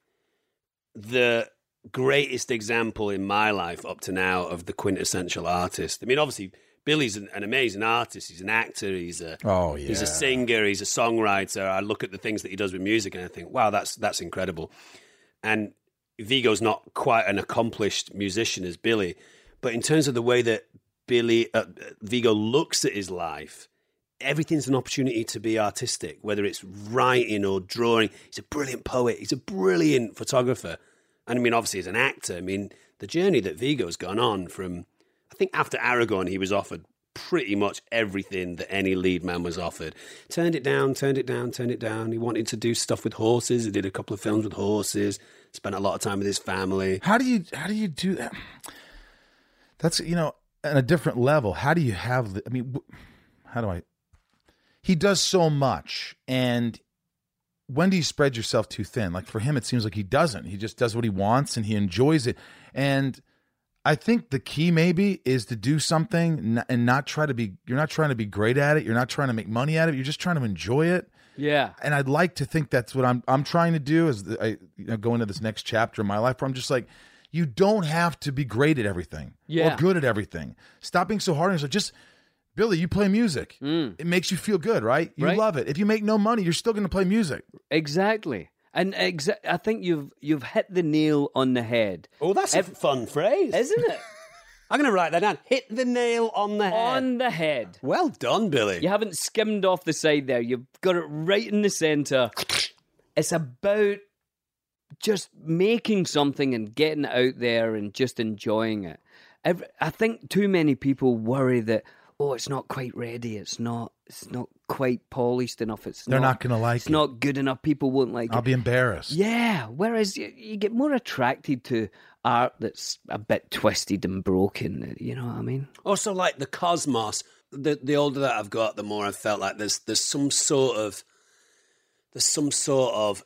C: the greatest example in my life up to now of the quintessential artist. I mean, obviously Billy's an, an amazing artist. He's an actor. He's a
A: Oh, yeah.
C: he's a singer. He's a songwriter. I look at the things that he does with music and I think, wow, that's that's incredible. And Vigo's not quite an accomplished musician as Billy, but in terms of the way that Billy uh, Vigo looks at his life, everything's an opportunity to be artistic, whether it's writing or drawing. He's a brilliant poet. He's a brilliant photographer. And I mean, obviously, as an actor, I mean, the journey that Vigo's gone on from, I think after Aragon, he was offered pretty much everything that any lead man was offered. Turned it down, turned it down, turned it down. He wanted to do stuff with horses. He did a couple of films with horses, spent a lot of time with his family.
A: How do you, how do you do that? That's, you know, on a different level. How do you have the, I mean, wh- how do I, he does so much and when do you spread yourself too thin? Like for him, it seems like he doesn't. He just does what he wants and he enjoys it. And I think the key maybe is to do something n- and not try to be. You're not trying to be great at it. You're not trying to make money at it. You're just trying to enjoy it.
D: Yeah.
A: And I'd like to think that's what I'm. I'm trying to do as the- I you know, go into this next chapter in my life where I'm just like, you don't have to be great at everything
D: Yeah.
A: or good at everything. Stop being so hard on yourself. Just Billy, you play music. It makes you feel good, right? You
D: Mm. Right.
A: love it. If you make no money, you're still going to play music.
D: Exactly. And exa- I think you've you've hit the nail on the head,
C: Oh, that's a fun phrase.
D: isn't it?
C: I'm going to write that down. Hit the nail on the head.
D: on the head.
C: Well done, Billy.
D: You haven't skimmed off the side there. You've got it right in the center. It's about just making something and getting it out there and just enjoying it. Every, I think too many people worry that oh, it's not quite ready. It's not. It's not quite polished enough. It's
A: They're not going to like
D: It's
A: it.
D: not good enough. People won't like
A: I'll
D: it.
A: be embarrassed.
D: Yeah. Whereas you, you get more attracted to art that's a bit twisted and broken. You know what I mean?
C: Also, like the cosmos. The the older that I've got, the more I've felt like there's there's some sort of there's some sort of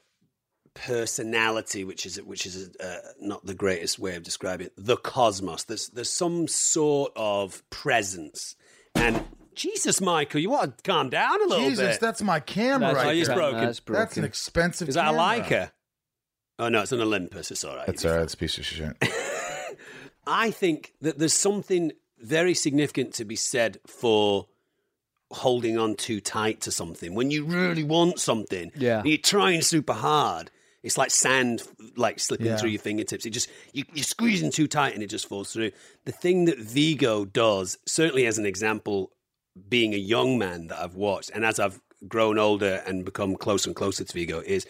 C: personality, which is which is uh, not the greatest way of describing it. The cosmos. There's there's some sort of presence, and Jesus, Michael, you want to calm down a little
A: Jesus,
C: bit.
A: that's my camera
D: That's
A: right
C: Oh, he's
A: there.
D: broken.
C: broken.
D: That's broken.
A: That's an expensive
C: is that a
A: camera.
C: Leica? Oh no, it's an Olympus. It's all right.
A: That's all right. It's a piece of shit.
C: I think that there's something very significant to be said for holding on too tight to something when you really want something.
D: Yeah.
C: and you're trying super hard. It's like sand, like slipping
A: Yeah.
C: through your fingertips. It just you, you're squeezing too tight and it just falls through. The thing that Vigo does, certainly as an example, being a young man that I've watched, and as I've grown older and become closer and closer to Vigo, is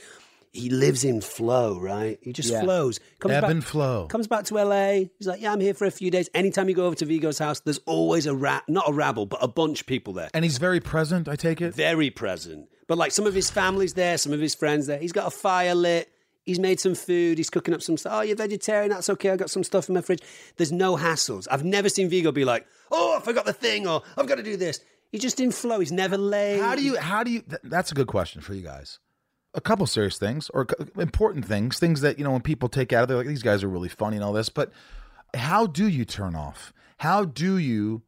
C: he lives in flow. Right, he just
D: Yeah.
C: flows. Comes
A: Ebb
C: back-
A: and flow.
C: comes back to LA. He's like, yeah, I'm here for a few days. Anytime you go over to Vigo's house, there's always a rat, not a rabble, but a bunch of people there.
A: And he's very present, I take it.
C: Very present. But like some of his family's there, some of his friends there. He's got a fire lit. He's made some food. He's cooking up some stuff. Oh, you're vegetarian. That's okay. I got some stuff in my fridge. There's no hassles. I've never seen Vigo be like, oh, I forgot the thing or I've got to do this. He's just in flow. He's never late.
A: How do you, how do you, th- that's a good question for you guys. A couple serious things or c- important things, things that, you know, when people take out, they're like, these guys are really funny and all this, but how do you turn off? How do you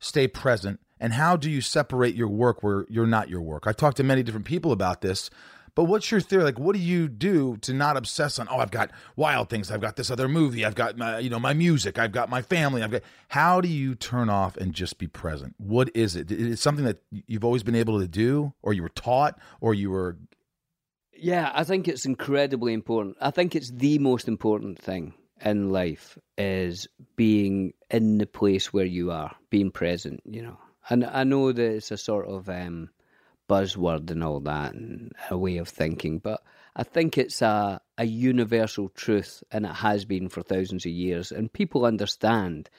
A: stay present? And how do you separate your work where you're not your work? I've talked to many different people about this, but what's your theory? Like, what do you do to not obsess on? Oh, I've got wild things. I've got this other movie. I've got my, you know, my music. I've got my family. I've got. How do you turn off and just be present? What is it? Is it something that you've always been able to do, or you were taught, or you were?
D: Yeah, I think it's incredibly important. I think it's the most important thing in life is being in the place where you are, being present, you know. And I know that it's a sort of um, buzzword and all that and a way of thinking, but I think it's a, a universal truth and it has been for thousands of years. And people understand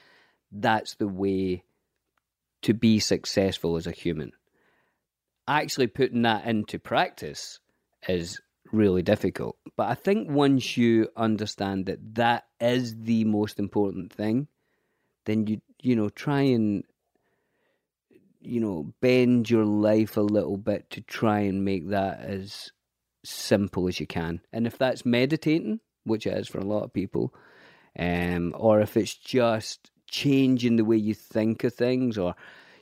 D: that's the way to be successful as a human. Actually, putting that into practice is really difficult. But I think once you understand that that is the most important thing, then you you know try and you know bend your life a little bit to try and make that as simple as you can. And if that's meditating, which it is for a lot of people, um, or if it's just changing the way you think of things, or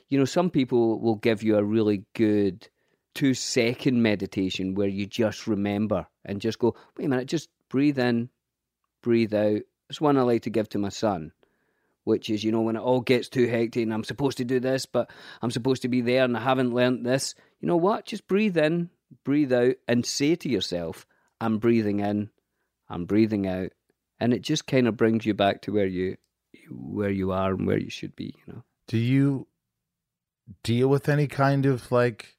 D: you know, some people will give you a really good two second meditation where you just remember and just go, wait a minute, just breathe in, breathe out. It's one I like to give to my son, which is, you know, when it all gets too hectic and I'm supposed to do this, but I'm supposed to be there and I haven't learnt this. You know what? Just breathe in, breathe out, and say to yourself, I'm breathing in, I'm breathing out. And it just kind of brings you back to where you where you are and where you should be, you know.
A: Do you deal with any kind of like?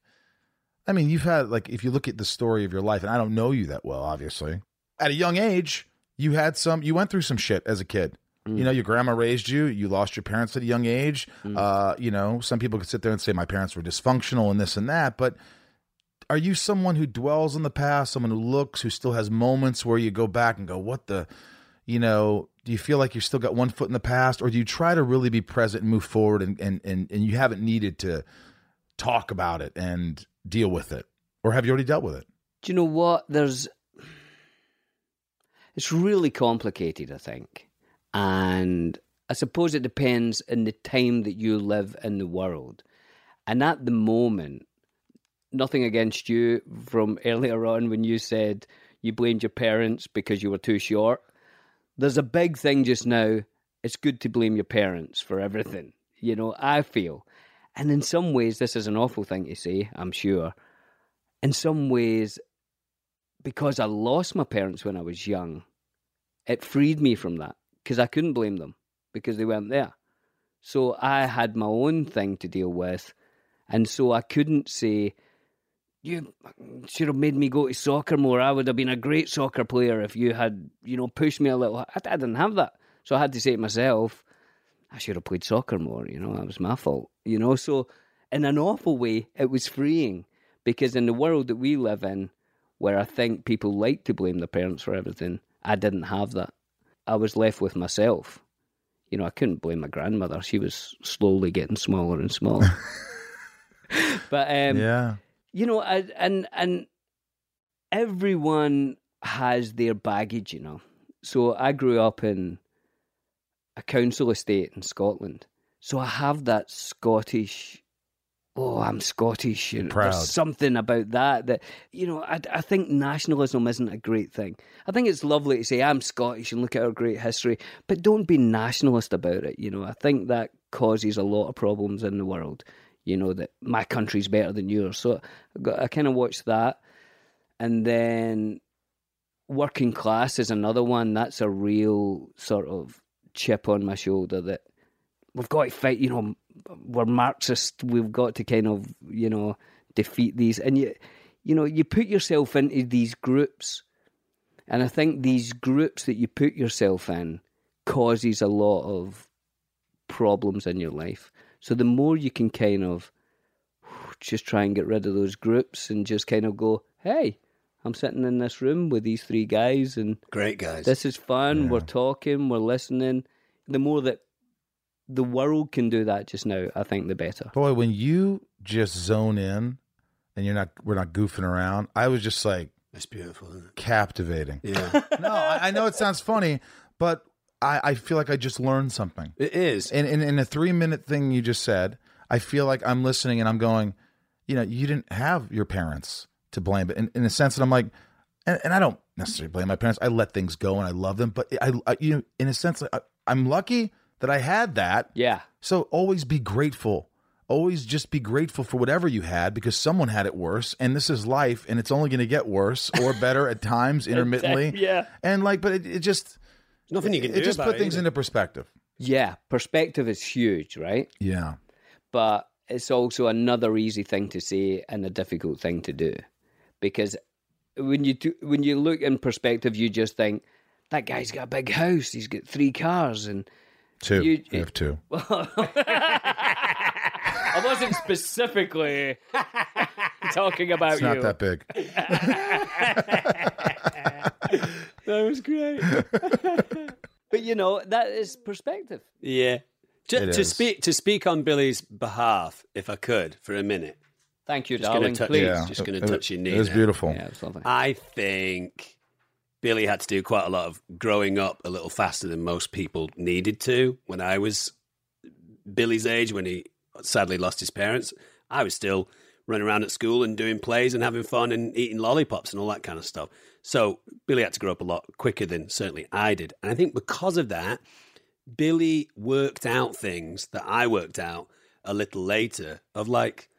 A: I mean, you've had like if you look at the story of your life, and I don't know you that well, obviously. At a young age, you had some, you went through some shit as a kid. You know, your grandma raised you. You lost your parents at a young age. Uh, you know, some people could sit there and say my parents were dysfunctional and this and that. But are you someone who dwells on the past, someone who looks, who still has moments where you go back and go, "What the," you know? Do you feel like you still got one foot in the past, or do you try to really be present and move forward, and and and, and you haven't needed to talk about it and deal with it, or have you already dealt with it?
D: Do you know what? There's. It's really complicated, I think. And I suppose it depends on the time that you live in the world. And at the moment, nothing against you from earlier on when you said you blamed your parents because you were too short. There's a big thing just now. It's good to blame your parents for everything, you know, I feel. And in some ways, this is an awful thing to say, I'm sure. In some ways, because I lost my parents when I was young, it freed me from that because I couldn't blame them because they weren't there. So I had my own thing to deal with. And so I couldn't say, you should have made me go to soccer more. I would have been a great soccer player if you had, you know, pushed me a little. I, I didn't have that. So I had to say to myself, I should have played soccer more. You know, that was my fault. You know, so in an awful way, it was freeing because in the world that we live in, where I think people like to blame their parents for everything, I didn't have that. I was left with myself. You know, I couldn't blame my grandmother. She was slowly getting smaller and smaller. but um,
A: yeah.
D: you know I, and and everyone has their baggage you know so i grew up in a council estate in scotland so i have that scottish oh i'm scottish and
A: proud.
D: there's something about that that you know I, I think nationalism isn't a great thing i think it's lovely to say i'm scottish and look at our great history but don't be nationalist about it you know i think that causes a lot of problems in the world you know that my country's better than yours so I got- i kind of watched that and then working class is another one that's a real sort of chip on my shoulder that we've got to fight you know we're marxist we've got to kind of you know defeat these and you you know you put yourself into these groups and i think these groups that you put yourself in causes a lot of problems in your life so the more you can kind of just try and get rid of those groups and just kind of go, hey, I'm sitting in this room with these three guys and
C: Great guys.
D: this is fun. We're talking, we're listening. The more that the world can do that just now, I think the better.
A: Boy, when you just zone in and you're not, we're not goofing around. I was just like
C: That's beautiful. Isn't
A: captivating.
C: it? Yeah,
A: no, I, I know it sounds funny, but I, I feel like I just learned something.
C: it is.
A: And in, in a three minute thing you just said, I feel like I'm listening and I'm going, you know, you didn't have your parents to blame, but in, in a sense, and I'm like, and, and I don't necessarily blame my parents. I let things go and I love them, but I, I you know, in a sense, I, I'm lucky that I had that.
D: Yeah.
A: So always be grateful. Always just be grateful for whatever you had because someone had it worse, and this is life, and it's only going to get worse or better at times, intermittently.
D: yeah.
A: And like, but it, it just
C: There's nothing you can
A: it
C: do
A: just
C: about
A: put things
C: it,
A: into perspective.
D: Yeah. Perspective is huge, right?
A: Yeah.
D: But it's also another easy thing to say and a difficult thing to do. Because when you do, when you look in perspective, you just think, that guy's got a big house, he's got three cars and
A: Two.
D: You-
A: I have two.
D: I wasn't specifically talking about
A: It's not that big.
K: That was great.
D: But you know, that is perspective.
C: Yeah. To,
A: It
C: to
A: is.
C: speak to speak on Billy's behalf, if I could, for a minute.
D: Thank you,
C: Just gonna
D: darling.
C: touch-
D: Please.
C: Yeah. just gonna
A: It-
C: touch your knee
A: It was
C: there.
A: beautiful.
D: Yeah, it's lovely.
C: I think Billy had to do quite a lot of growing up a little faster than most people needed to. When I was Billy's age, when he sadly lost his parents, I was still running around at school and doing plays and having fun and eating lollipops and all that kind of stuff. So Billy had to grow up a lot quicker than certainly I did. And I think because of that, Billy worked out things that I worked out a little later of like,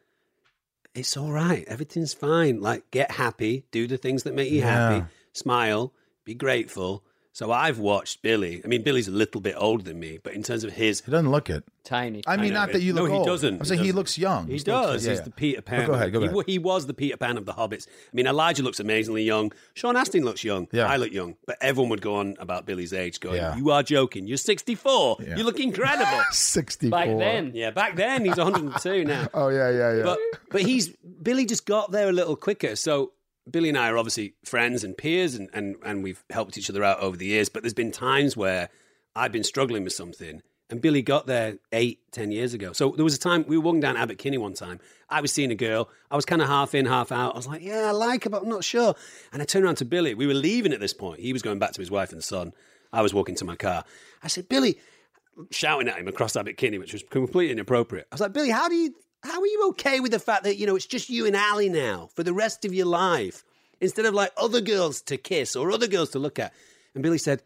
C: it's all right. Everything's fine. Like, get happy, do the things that make you happy, smile, be grateful. So I've watched Billy. I mean, Billy's a little bit older than me, but in terms of his,
A: He doesn't look it.
D: Tiny.
A: I mean,
C: know,
A: not
C: but-
A: that you
C: No,
A: look
C: he
A: old.
C: doesn't.
A: I'm
C: He
A: saying he
C: doesn't.
A: looks young.
C: he
A: He looks-
C: does.
A: yeah,
C: He's
A: yeah.
C: the Peter Pan.
A: go ahead, go
C: He
A: ahead.
C: wa- He, was the Peter Pan of the Hobbits. I mean, Elijah looks amazingly young. Sean Astin looks young.
A: Yeah.
C: I look young. But everyone would go on about Billy's age, going,
A: Yeah.
C: "You are joking. You're 64.
A: Yeah.
C: You look incredible."
A: 64.
D: Back then.
C: yeah, back then he's 102 now.
A: Oh yeah, yeah, yeah.
C: But but he's Billy just got there a little quicker. So Billy and I are obviously friends and peers, and and and we've helped each other out over the years. But there's been times where I've been struggling with something, And Billy got there eight, ten years ago. So there was a time we were walking down Abbot Kinney one time. I was seeing a girl. I was kind of half in, half out. I was like, yeah, I like her, but I'm not sure. And I turned around to Billy. We were leaving at this point. He was going back to his wife and son. I was walking to my car. I said, Billy, shouting at him across Abbot Kinney, which was completely inappropriate. I was like, Billy, how do you, how are you okay with the fact that, you know, it's just you and Ali now for the rest of your life instead of like other girls to kiss or other girls to look at? And Billy said,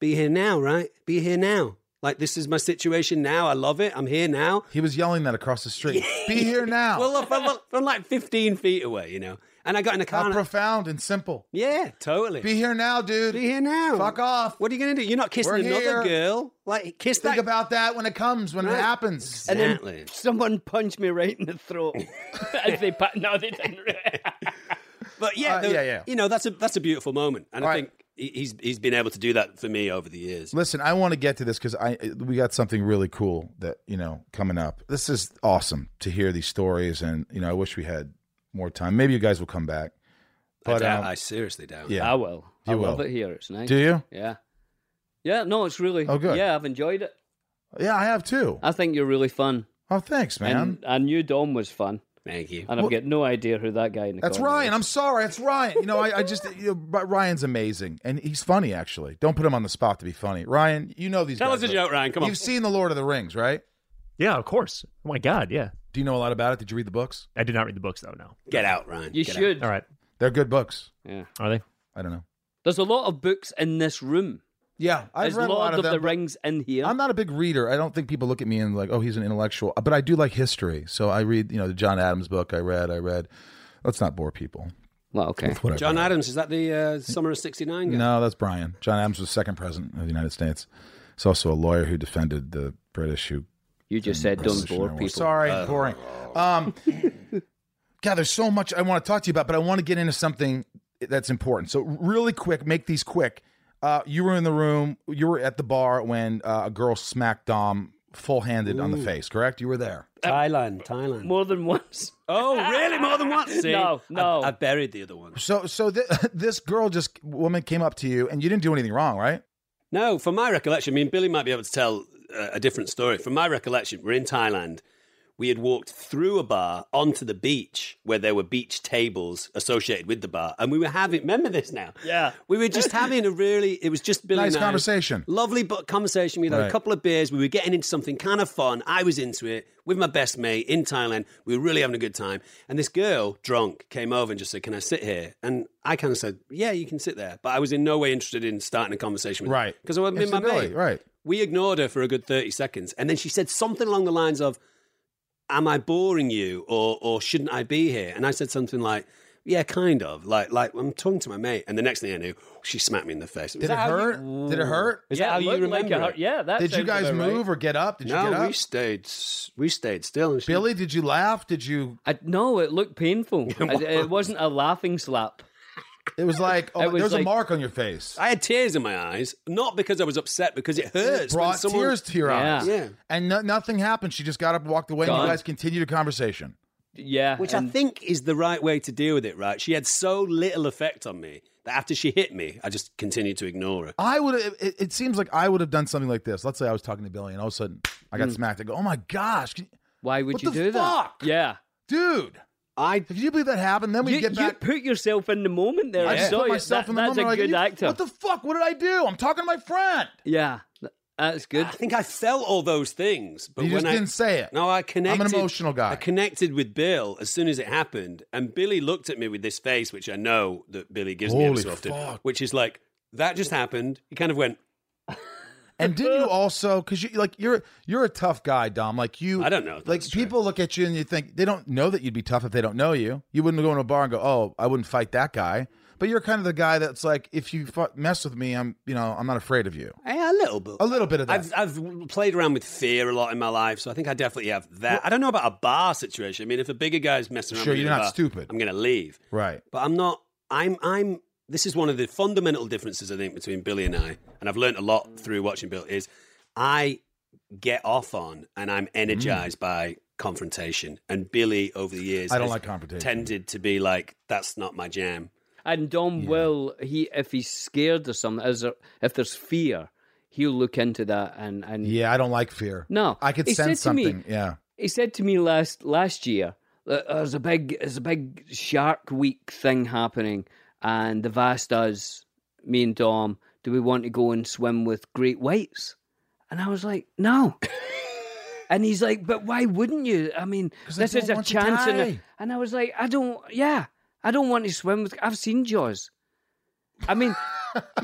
C: be here now, right? Be here now. Like this is my situation now. I love it. I'm here now.
A: He was yelling that across the street. Be here now.
C: Well, look, from, look, from like 15 feet away, you know. And I got in a car.
A: How
C: and I-
A: profound and simple.
C: yeah, totally.
A: Be here now, dude.
C: Be here now.
A: Fuck off.
C: What are you gonna do? You're not kissing
A: We're here.
C: another girl. Like kiss
A: Think
C: that.
A: about that when it comes, when it
C: Right.
A: happens.
D: And then-
C: Exactly.
D: Someone punched me right in the throat.
L: As they pa- no, they didn't.
C: But yeah,
A: Uh,
C: the-
A: yeah, yeah.
C: You know, that's a that's a beautiful moment, and I
A: All right.
C: think he- he's he's been able to do that for me over the years.
A: Listen, I want to get to this because I we got something really cool that you know coming up. This is awesome to hear these stories, and you know I wish we had more time. Maybe you guys will come back.
C: I,
A: But
C: doubt-
A: um,
C: I seriously doubt.
A: yeah,
D: I will.
A: You
D: I love
A: will.
D: it here. It's nice.
A: do you?
D: Yeah. Yeah, no, it's really.
A: Oh, good.
D: Yeah, I've enjoyed it.
A: Yeah, I have too.
D: I think you're really fun.
A: Oh, thanks, man.
D: And I knew Dom was fun,
C: Thank you.
D: and
A: Well-
D: I've got no idea who that guy in the
A: That's
D: corner
A: Ryan.
D: is.
A: I'm sorry. It's Ryan. You know, I, I just you know, but Ryan's amazing, and he's funny. Actually, don't put him on the spot to be funny. Ryan, you know these.
C: Tell
A: guys,
C: us
A: but
C: a joke, Ryan. Come on.
A: You've seen the Lord of the Rings, right?
B: Yeah, of course. Oh my god, yeah.
A: Do you know a lot about it? Did you read the books?
B: I did not read the books though. No.
C: Get out, Ryan.
D: You
C: Get out.
D: should.
B: All right.
A: They're good books.
D: Yeah.
B: Are they?
A: I don't know.
D: There's a lot of books in this room.
A: Yeah, I've
D: There's
A: read a lot
D: Lord
A: of,
D: of,
A: them.
D: the
A: but
D: Rings in here.
A: I'm not a big reader. I don't think people look at me and like, oh, he's an intellectual. But I do like history, so I read. You know, the John Adams book. I read. I read. Let's not bore people.
D: well, okay.
A: Whatever.
C: John Adams is that the uh, summer of '69 guy?
A: No, that's Brian. John Adams was second president of the United States. He's also a lawyer who defended the British who
D: You just said don't bore people.
A: Sorry, boring. Um, God, there's so much I want to talk to you about, but I want to get into something that's important. So, really quick, make these quick. Uh, you were in the room. You were at the bar when uh, a girl smacked Dom full-handed on the face. Correct? You were there.
C: Thailand, Thailand.
D: More than once.
C: Oh, really? More than once? See,
D: No, no.
C: I, I buried the other one.
A: So, so th- this girl just woman came up to you, and you didn't do anything wrong, right?
C: No, from my recollection, I mean, Billy might be able to tell uh, a different story. From my recollection, we're in Thailand. We had walked through a bar onto the beach where there were beach tables associated with the bar, and we were having. Remember this now?
L: Yeah.
C: we were just having a really. It was just Billy.
A: Nice
C: and I.
A: conversation.
C: Lovely but conversation. We had
A: Right.
C: a couple of beers. We were getting into something kind of fun. I was into it with my best mate in Thailand. We were really having a good time. And this girl, drunk, came over and just said, Can I sit here? And I kind of said, Yeah, you can sit there. But I was in no way interested in starting a conversation with her.
A: Right.
C: Because I wasn't
A: It's
C: being my
A: the Billy,
C: mate.
A: right.
C: We ignored her for a good 30 seconds. And then she said something along the lines of, Am I boring you or or shouldn't I be here? And I said something like, Yeah, kind of. Like like I'm talking to my mate. And the next thing I knew, she smacked me in the face.
A: Did it hurt? Did it hurt?
C: Is
D: yeah,
C: that how
D: it
C: you
D: looked
C: remember?
D: Like a,
C: it?
D: Yeah, that
A: Did you
D: sounds
A: guys
D: about right.
A: move or get up? Did you get
C: No,
A: up?
C: we stayed. s- We stayed still. And she,
A: Billy, did you laugh? Did you?
D: I, no, it looked painful. it, it wasn't a laughing slap.
A: It was like oh,
D: It was
A: there's a
D: like-
A: mark on your face.
C: I had tears in my eyes, not because I was upset, because it
A: It
C: hurts. when
A: brought
C: someone-
A: tears to your
D: Yeah.
A: eyes.
C: Yeah.
A: And no, nothing happened. She just got up and walked away, and
D: Gone.
A: you guys continued the conversation.
D: Yeah,
C: Which I
D: and-
C: think is the right way to deal with it, right? She had so little effect on me that after she hit me, I just continued to ignore her.
A: I would. It, it seems like I would have done something like this. Let's say I was talking to Billy, and all of a sudden I
D: Mm.
A: got smacked. I go, "Oh my gosh, can you-
D: Why would
A: What
D: you
A: the
D: do
A: fuck?
D: that? Yeah,
A: dude!
C: I
A: Can you believe that happened?" Then we
D: you,
A: get
D: you
A: back.
D: put yourself in the moment there.
A: I just
D: saw
A: put
D: you.
A: myself
D: That-
A: in the
D: That's
A: moment.
D: a
A: like,
D: good
A: "You-
D: actor.
A: What the fuck? What did I do? I'm talking to my friend.
D: yeah, th- that's good.
C: I think I felt all those things, but
A: you
C: when
A: just
C: I
A: didn't say it.
C: no, I
A: I'm
C: connected.
A: an emotional
C: I
A: guy.
C: connected with Bill as soon as it happened, and Billy looked at me with this face, which I know that Billy gives me
A: Holy
C: every so often,
A: fuck.
C: which is like that just happened. He kind of went,
A: And didn't you also because you like you're you're a tough guy, Dom. Like you,
C: I don't know if
A: Like
C: that's true.
A: people look at you and you think they don't know that you'd be tough if they don't know you. You wouldn't go in a bar and go, "Oh, I wouldn't fight that guy." But you're kind of the guy that's like, if you fu- mess with me, I'm you know I'm not afraid of you.
C: "Eh, a little bit.
A: A little bit of that.
C: I've, I've played around with fear a lot in my life, so I think I definitely have that. I don't know about a bar situation. I mean, if a bigger guy's messing around,
A: Sure,
C: with me
A: you're
C: in a
A: not
C: bar,
A: stupid.
C: I'm going to leave,
A: right.
C: but I'm not. I'm. I'm. This is one of the fundamental differences I think between Billy and I, and I've learned a lot through watching Bill. Is I get off on and I'm
A: Mm.
C: energized by confrontation, and Billy over the years,
A: I don't
C: has
A: like confrontation.
C: Tended to be like, that's not my jam.
D: And Dom will he if he's scared or something, is there, if there's fear, he'll look into that and and
A: Yeah, I don't like fear.
D: No,
A: I could
D: he
A: sense
D: said to me-
A: something. yeah.
D: He said to me last last year, that "There's a big there's a big Shark Week thing happening, and they've asked us, me and Dom, do we want to go and swim with great whites?" And I was like, "No." and he's like, "But why wouldn't you? I mean,
M: they
D: this is
M: don't
D: a
M: want to
D: chance." And,
M: die.
D: a, and I was like, "I don't. Yeah, I don't want to swim with. I've seen Jaws. I mean."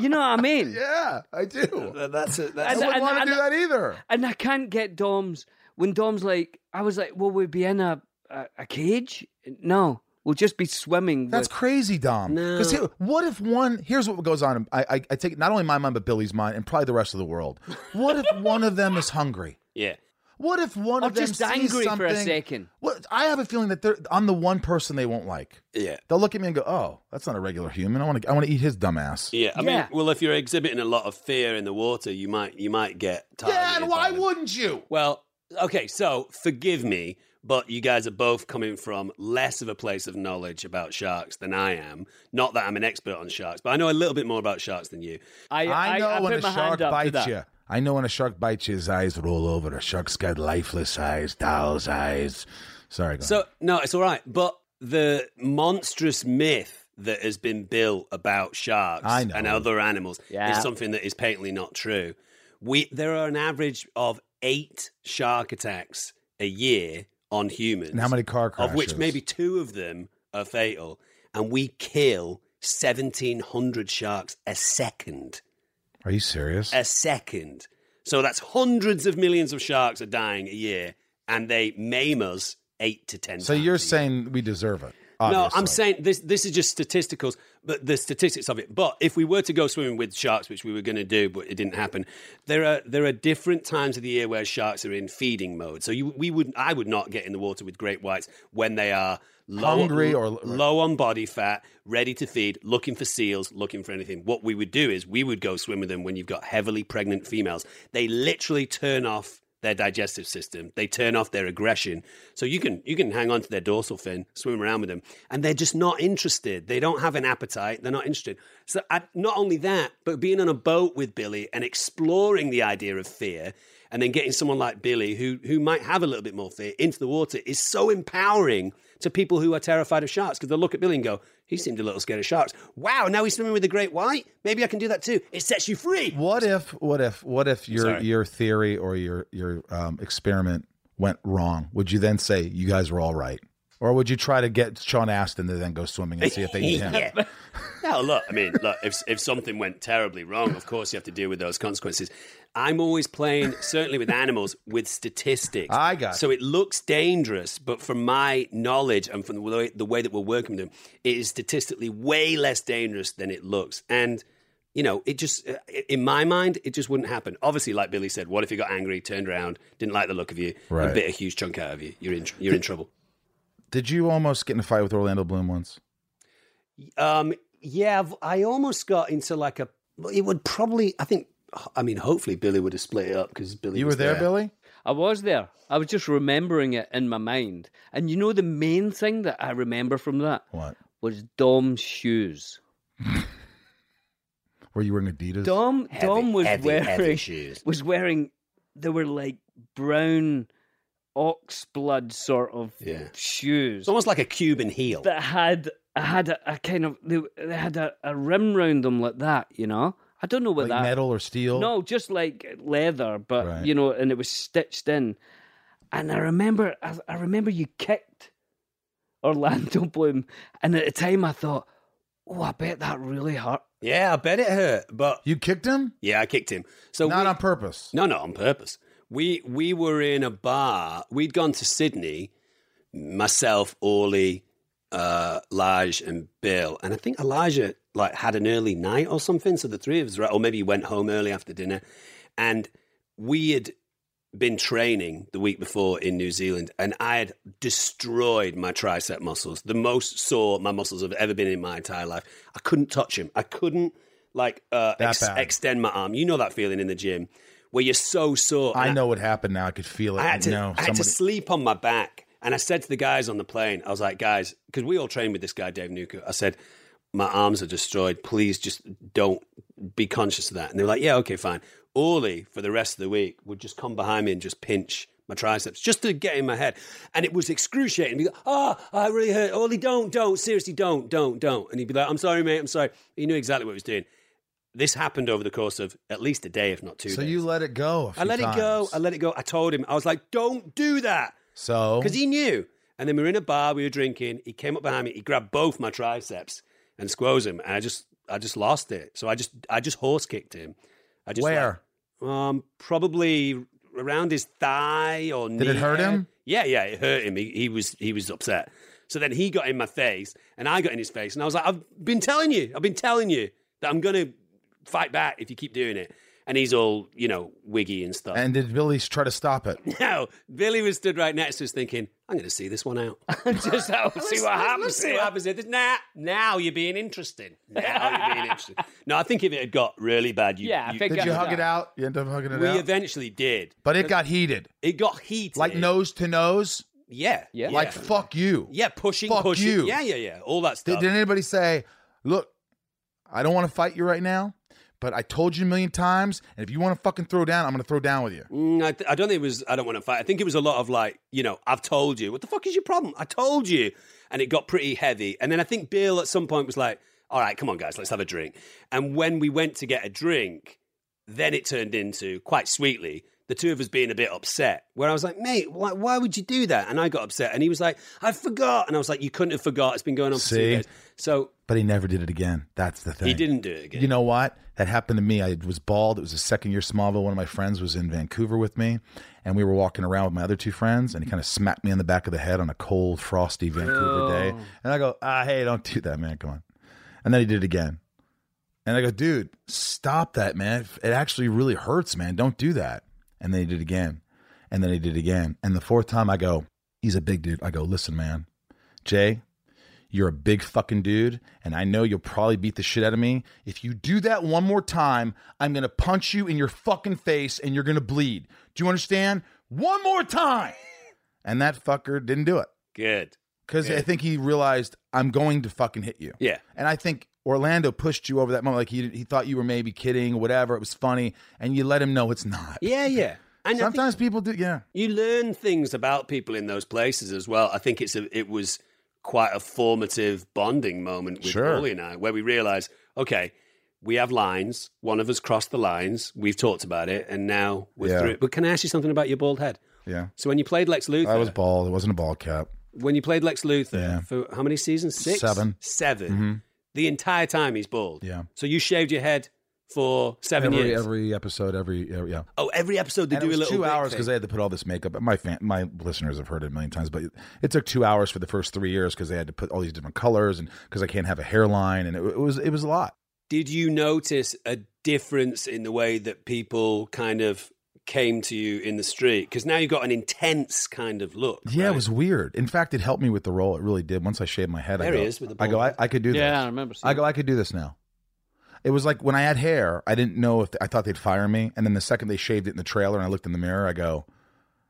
D: You know what I mean?
A: Yeah, I do.
C: That's it.
A: I wouldn't want to do that either.
D: And I can't get Dom's when Dom's like, I was like, well, we'd be in a a, a cage. No, we'll just be swimming.
A: That's
D: with,
A: crazy, Dom. Because what if one? Here's what goes on. I, I, I take not only my mind, but Billy's mind, and probably the rest of the world. What if one of them is hungry?
C: Yeah.
A: What if one
D: Or
A: of them
D: just
A: sees
D: angry for a
A: something-
D: second.
A: What I have a feeling that they're, I'm the one person they won't like.
C: Yeah.
A: They'll look at me and go, "Oh, that's not a regular human. I want to. I want to eat his dumb ass."
C: Yeah, I
A: Yeah.
C: mean, well, if you're exhibiting a lot of fear in the water, you might you might get tired.
A: Yeah, and why wouldn't you?
C: Well, okay, so forgive me, but you guys are both coming from less of a place of knowledge about sharks than I am. Not that I'm an expert on sharks, but I know a little bit more about sharks than you.
D: I,
A: I know when a shark bites you.
C: that.
A: I know when a shark bites you, his eyes roll over. A shark's got lifeless eyes, doll's eyes. Sorry, go
C: So no, it's all right. But the monstrous myth that has been built about sharks
A: I know.
C: and other animals
A: Yeah.
C: is something that is patently not true. We there are an average of eight shark attacks a year on humans.
A: And how many car crashes?
C: Of which maybe two of them are fatal, and we kill seventeen hundred sharks a second.
A: Are you serious?
C: A second. So that's hundreds of millions of sharks are dying a year, and they maim us eight to ten
A: So you're saying we deserve it?
C: no, I'm
A: obviously.
C: saying this. This is just statisticals, but the statistics of it. But if we were to go swimming with sharks, which we were going to do, but it didn't happen, there are there are different times of the year where sharks are in feeding mode. So you, we would, I would not get in the water with great whites when they are low,
A: Hungry or-
C: low on body fat, ready to feed, looking for seals, looking for anything. What we would do is we would go swim with them when you've got heavily pregnant females. They literally turn off their digestive system. They turn off their aggression. So you can you can hang on to their dorsal fin, swim around with them, and they're just not interested. They don't have an appetite. They're not interested. So I, not only that, but being on a boat with Billy and exploring the idea of fear and then getting someone like Billy who who might have a little bit more fear into the water is so empowering to people who are terrified of sharks because they'll look at Billy and go, he seemed a little scared of sharks. Wow, now he's swimming with a great white. Maybe I can do that too. It sets you free.
A: What if? What if? What if your
C: Sorry.
A: your theory or your your um, experiment went wrong? Would you then say you guys were all right, or would you try to get Sean Astin to then go swimming and see if they eat him?
C: Yeah. No, look, I mean, look, if, if something went terribly wrong, of course you have to deal with those consequences. I'm always playing, certainly with animals, with statistics.
A: I got
C: So it looks dangerous, but from my knowledge and from the way, the way that we're working with them, it is statistically way less dangerous than it looks. And, you know, it just, uh, in my mind, it just wouldn't happen. Obviously, like Billy said, what if you got angry, turned around, didn't like the look of you,
A: Right.
C: and bit a huge chunk out of you? You're in, you're in trouble.
A: Did you almost get in a fight with Orlando Bloom once?
C: Um, yeah, I've- I almost got into like a. It would probably, I think, I mean, hopefully Billy would have split it up because Billy.
D: You
C: was
D: were there,
A: Billy?
D: I was there. I was just remembering it in my mind. And you know the main thing that I remember from that
A: What?
D: was Dom's shoes.
A: Were you wearing Adidas?
D: Dom
A: Heavy,
D: Dom was
A: heavy,
D: wearing
A: heavy shoes.
D: was wearing they were like brown ox blood sort of shoes. It's
C: almost like a Cuban heel
D: that had had a, a kind of they, they had a, a rim round them like that. You know, I don't know what
A: Like
D: that
A: metal or steel?
D: No, just like leather, but
A: Right.
D: you know, and it was stitched in. And I remember, I, I remember you kicked Orlando Bloom, and at the time I thought, oh, I bet that really hurt.
C: Yeah, I bet it hurt. But
A: you kicked him.
C: Yeah, I kicked him. So
A: not on purpose.
C: No, not on purpose. We we were in a bar. We'd gone to Sydney. Myself, Orly, uh, Lige, and Bill, and I think Elijah like had an early night or something. So the three of us, right? Or maybe he went home early after dinner, and we had been training the week before in New Zealand and I had destroyed my tricep muscles, the most sore my muscles have ever been in my entire life. I couldn't touch them. I couldn't like uh,
A: That
C: ex-
A: bad.
C: extend my arm. You know that feeling in the gym where you're so sore.
A: I
C: And
A: know what happened. Now I could feel it.
C: I had to,
A: know,
C: I had to sleep on my back. And I said to the guys on the plane, I was like, guys, because we all trained with this guy, Dave Newcomb. I said, my arms are destroyed. Please just don't be conscious of that. And they were like, yeah, okay, fine. Orly for the rest of the week would just come behind me and just pinch my triceps just to get in my head. And it was excruciating. He'd be like, oh, I really hurt. Orly, don't, don't, seriously, don't, don't, don't. And he'd be like, I'm sorry, mate, I'm sorry. He knew exactly what he was doing. This happened over the course of at least a day, if not two
A: So
C: days.
A: you let it go. a
C: I
A: few
C: let
A: times.
C: it go. I let it go. I told him, I was like, don't do that.
A: So
C: Because he knew. And then we were in a bar, we were drinking. He came up behind me, he grabbed both my triceps and squoze him. And I just I just lost it. So I just I just horse kicked him. I just
A: Where?
C: like, um probably around his thigh or
A: Did it hurt him?
C: Yeah, yeah, it hurt him. He, he was he was upset. So then he got in my face and I got in his face and I was like, I've been telling you, I've been telling you that I'm gonna fight back if you keep doing it. And he's all, you know, wiggy and stuff.
A: And did Billy try to stop it?
C: No, Billy was stood right next to us thinking, I'm going to see this one out. Just I'll see what happens. see what happens. There's- Nah, now you're being interesting. Now you're being interesting. No, I think if it had got really bad, you,
N: Yeah, I
C: you-
N: think
A: Did you hug it out? You end up hugging it
C: we
A: out.
C: eventually did.
A: But it got heated,
C: It got heated.
A: like nose to nose,
C: Yeah. Yeah.
A: like fuck you.
C: yeah, pushing,
A: fuck
C: pushing.
A: you.
C: Yeah, yeah, yeah. All that
A: Did,
C: stuff.
A: did anybody say, "Look, I don't want to fight you right now, but I told you a million times, and if you want to fucking throw down, I'm gonna throw down with you."
C: Mm, I, th- I don't think it was, I don't want to fight. I think it was a lot of like, you know, I've told you. What the fuck is your problem? I told you. And it got pretty heavy. And then I think Bill at some point was like, all right, come on, guys, let's have a drink. And when we went to get a drink, then it turned into quite sweetly the two of us being a bit upset where i was like mate why, why would you do that and i got upset and he was like i forgot and i was like you couldn't have forgot it's been going on for
A: See?
C: two days so
A: But he never did it again. That's the thing.
C: he didn't do it again
A: You know what? That happened to me. I was bald. It was the second year Smallville. One of my friends was in Vancouver with me, and we were walking around with my other two friends, and he kind of smacked me in the back of the head on a cold, frosty Vancouver day. And I go, ah, hey, don't do that, man. Come on. And then he did it again. And I go, dude, stop that, man. It actually really hurts, man. Don't do that. And then he did it again. And then he did it again. And the fourth time, I go, he's a big dude. I go, listen, man, Jay, you're a big fucking dude, and I know you'll probably beat the shit out of me. If you do that one more time, I'm gonna punch you in your fucking face and you're gonna bleed. Do you understand? One more time. And that fucker didn't do it.
C: good
A: Because I think he realized I'm going to fucking hit you.
C: yeah
A: And I think Orlando pushed you over that moment. Like he, he thought you were maybe kidding, whatever. It was funny. And you let him know it's not.
C: yeah yeah and I think-
A: Sometimes people do, yeah.
C: you learn things about people in those places as well. I think it's a, it was quite a formative bonding moment with
A: Sure.
C: Ollie and I, where we realized, okay, we have lines. One of us crossed the lines. We've talked about it, and now we're
A: Yeah.
C: through it. But can I ask you something about your bald head?
A: Yeah.
C: So when you played Lex Luthor,
A: I was bald. It wasn't a ball cap.
C: when you played Lex Luthor
A: Yeah.
C: for how many seasons? Six,
A: Seven. Mm-hmm.
C: Seven. The entire time he's bald.
A: Yeah.
C: So you shaved your head for seven
A: Every,
C: years.
A: every episode, every, every yeah.
C: oh, every episode they
A: And
C: do
A: it was
C: a little
A: two
C: wig
A: hours
C: thing.
A: because I had to put all this makeup. My fan, my listeners have heard it a million times, but it, it took two hours for the first three years because they had to put all these different colors and because I can't have a hairline, and it, it was it was a lot.
C: Did you notice a difference in the way that people kind of came to you in the street? Because now you've got an intense kind of look.
A: Yeah,
C: right?
A: it was weird. In fact, it helped me with the role. It really did. Once I shaved my head, I
C: There
A: go,
C: he is with the
A: I go,
C: bald
A: I, I could do this.
D: Yeah, I remember. Seeing
A: I go, I could do this now. It was like when I had hair, I didn't know if I thought they'd fire me, and then the second they shaved it in the trailer, and I looked in the mirror, I go,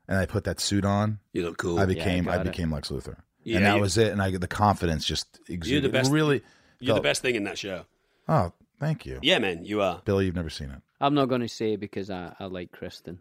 A: and I put that suit on.
C: You look cool.
A: I became I
D: got it.
A: became Lex Luthor,
C: Yeah,
A: and that
C: you-
A: was it. And I the confidence just exuded. It
C: best-
A: Really,
C: You're the
A: felt-
C: best thing in that show.
A: Oh, thank you.
C: Yeah, man, you are.
A: Billy, you've never seen it.
D: I'm not going to say because I, I like Kristen.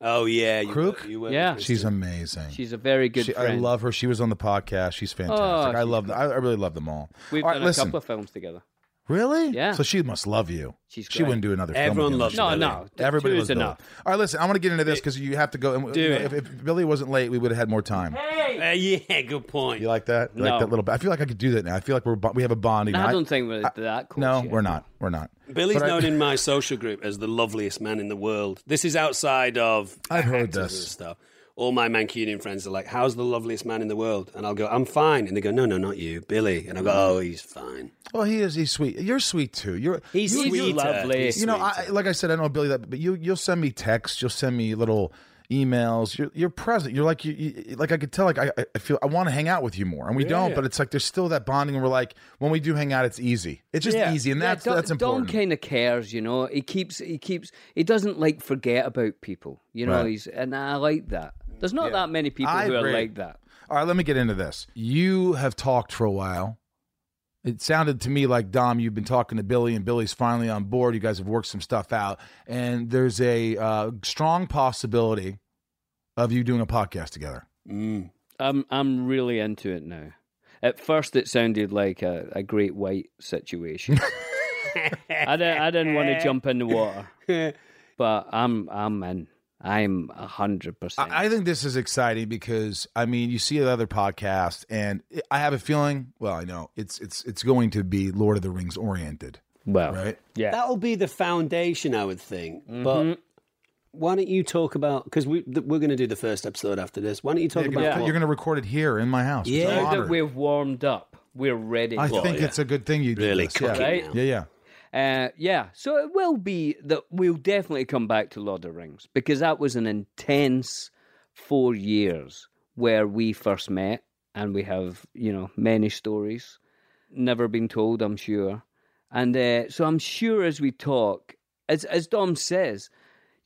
C: Oh yeah, you
A: Crook?
C: You were
D: Yeah.
A: She's amazing.
D: She's a very good
A: She- I
D: friend.
A: love her. She was on the podcast. She's fantastic.
D: Oh,
A: I
D: she's
A: love. I, I really love them all.
D: We've
A: all right,
D: done
A: listen.
D: a couple of films together.
A: Really?
D: Yeah.
A: So she must love you.
D: She's
A: she
D: great.
A: wouldn't do another.
C: Everyone
A: film with
C: loves
A: you,
C: No,
A: unless she
D: no.
A: loved you.
D: Th-
A: Everybody
D: two
A: loves
D: is
A: Billy.
D: enough.
A: All right, listen. I want to get into this because you have to go. And,
C: Do
A: you know,
C: it.
A: if, if Billy wasn't late, we would have had more time.
C: Uh, yeah, good point.
A: You like that? You
D: No.
A: Like that little. I feel like I could do that now. I feel like we're bo- we have a bonding.
D: No, I don't think we're that close.
A: No,
D: yet.
A: we're not. We're not.
C: Billy's
A: But I-
C: known in my social group as the loveliest man in the world. This is outside of
A: I've heard
C: actors and
A: this.
C: stuff. All my Mancunian friends are like, "How's the loveliest man in the world?" And I'll go, "I'm fine," and they go, "No, no, not you, Billy." And I go, "Oh, he's fine.
A: Well, he is. He's sweet. You're sweet too. You're.
C: He's
A: you- you-
C: sweeter.
D: lovely.
C: He's
A: you know,
C: sweeter.
A: I, like I said, I don't know Billy that, but you you'll send me texts, you'll send me little emails. You're you're present. You're like you, you like I could tell. Like I I- I feel I want to hang out with you more, and we don't. But it's like there's still that bonding. where We're like when we do hang out, it's easy. It's just easy, and
D: Yeah,
A: that's
D: Don,
A: that's important.
D: kind of cares, you know. He keeps, he keeps, he doesn't like forget about people, you know.
A: Right.
D: He's and I like that. There's not that many people
A: I
D: who
A: agree.
D: are like that.
A: All right, let me get into this. You have talked for a while. It sounded to me like Dom, you've been talking to Billy, and Billy's finally on board. You guys have worked some stuff out, and there's a uh, strong possibility of you doing a podcast together.
C: Mm.
D: I'm I'm really into it now. At first, it sounded like a, a great white situation. I didn't I didn't want to jump in the water, but I'm I'm in. I'm a hundred percent.
A: I I think this is exciting because I mean, you see the other podcast, and I have a feeling. Well, I know it's it's it's going to be Lord of the Rings oriented.
D: Well,
A: right?
D: Yeah,
C: that'll be the foundation, I would think. But why don't you talk about? Because we th- we're going to do the first episode after this. Why don't you talk
A: You're
C: about?
A: gonna,
C: what-
A: you're gonna record it here in my house. It's an
D: Now
A: honor.
D: that we've warmed up, we're ready.
A: I
D: for
A: think
D: it.
A: it's a good thing you did
C: Really
A: this, yeah.
C: cook it
D: Right?
C: now.
A: yeah, yeah.
D: Uh, yeah, so it will be that we'll definitely come back to Lord of the Rings because that was an intense four years where we first met, and we have you know many stories never been told, I'm sure. And uh, so I'm sure as we talk, as as Dom says,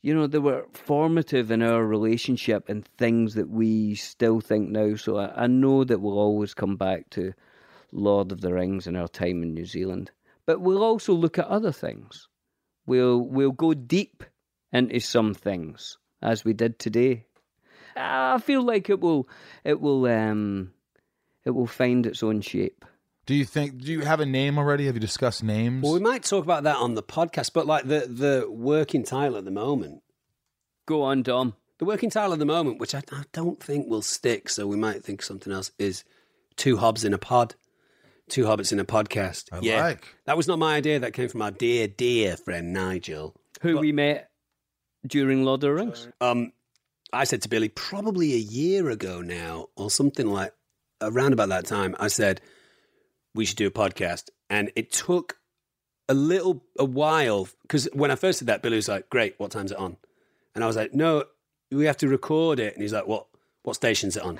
D: you know, they were formative in our relationship and things that we still think now. So I, I know that we'll always come back to Lord of the Rings and our time in New Zealand. But we'll also look at other things. We'll we'll go deep into some things as we did today. I feel like it will it will um it will find its own shape.
A: Do you think? Do you have a name already? Have you discussed names?
C: Well, we might talk about that on the podcast. But like the the working title at the moment,
D: Go on, Dom.
C: the working title at the moment, which I, I don't think will stick, so we might think something else is two hobs in a pod, two hobbits in a podcast.
A: I
C: yeah,
A: like.
C: that was not my idea. That came from our dear dear friend Nigel.
D: Who we met during Lord of the Rings.
C: Um, I said to Billy probably a year ago now, or something like around about that time. I said we should do a podcast, and it took a little a while because when I first did that, Billy was like, "Great, what time's it on?" And I was like, "No, we have to record it." And he's like, "What? What station's it on?"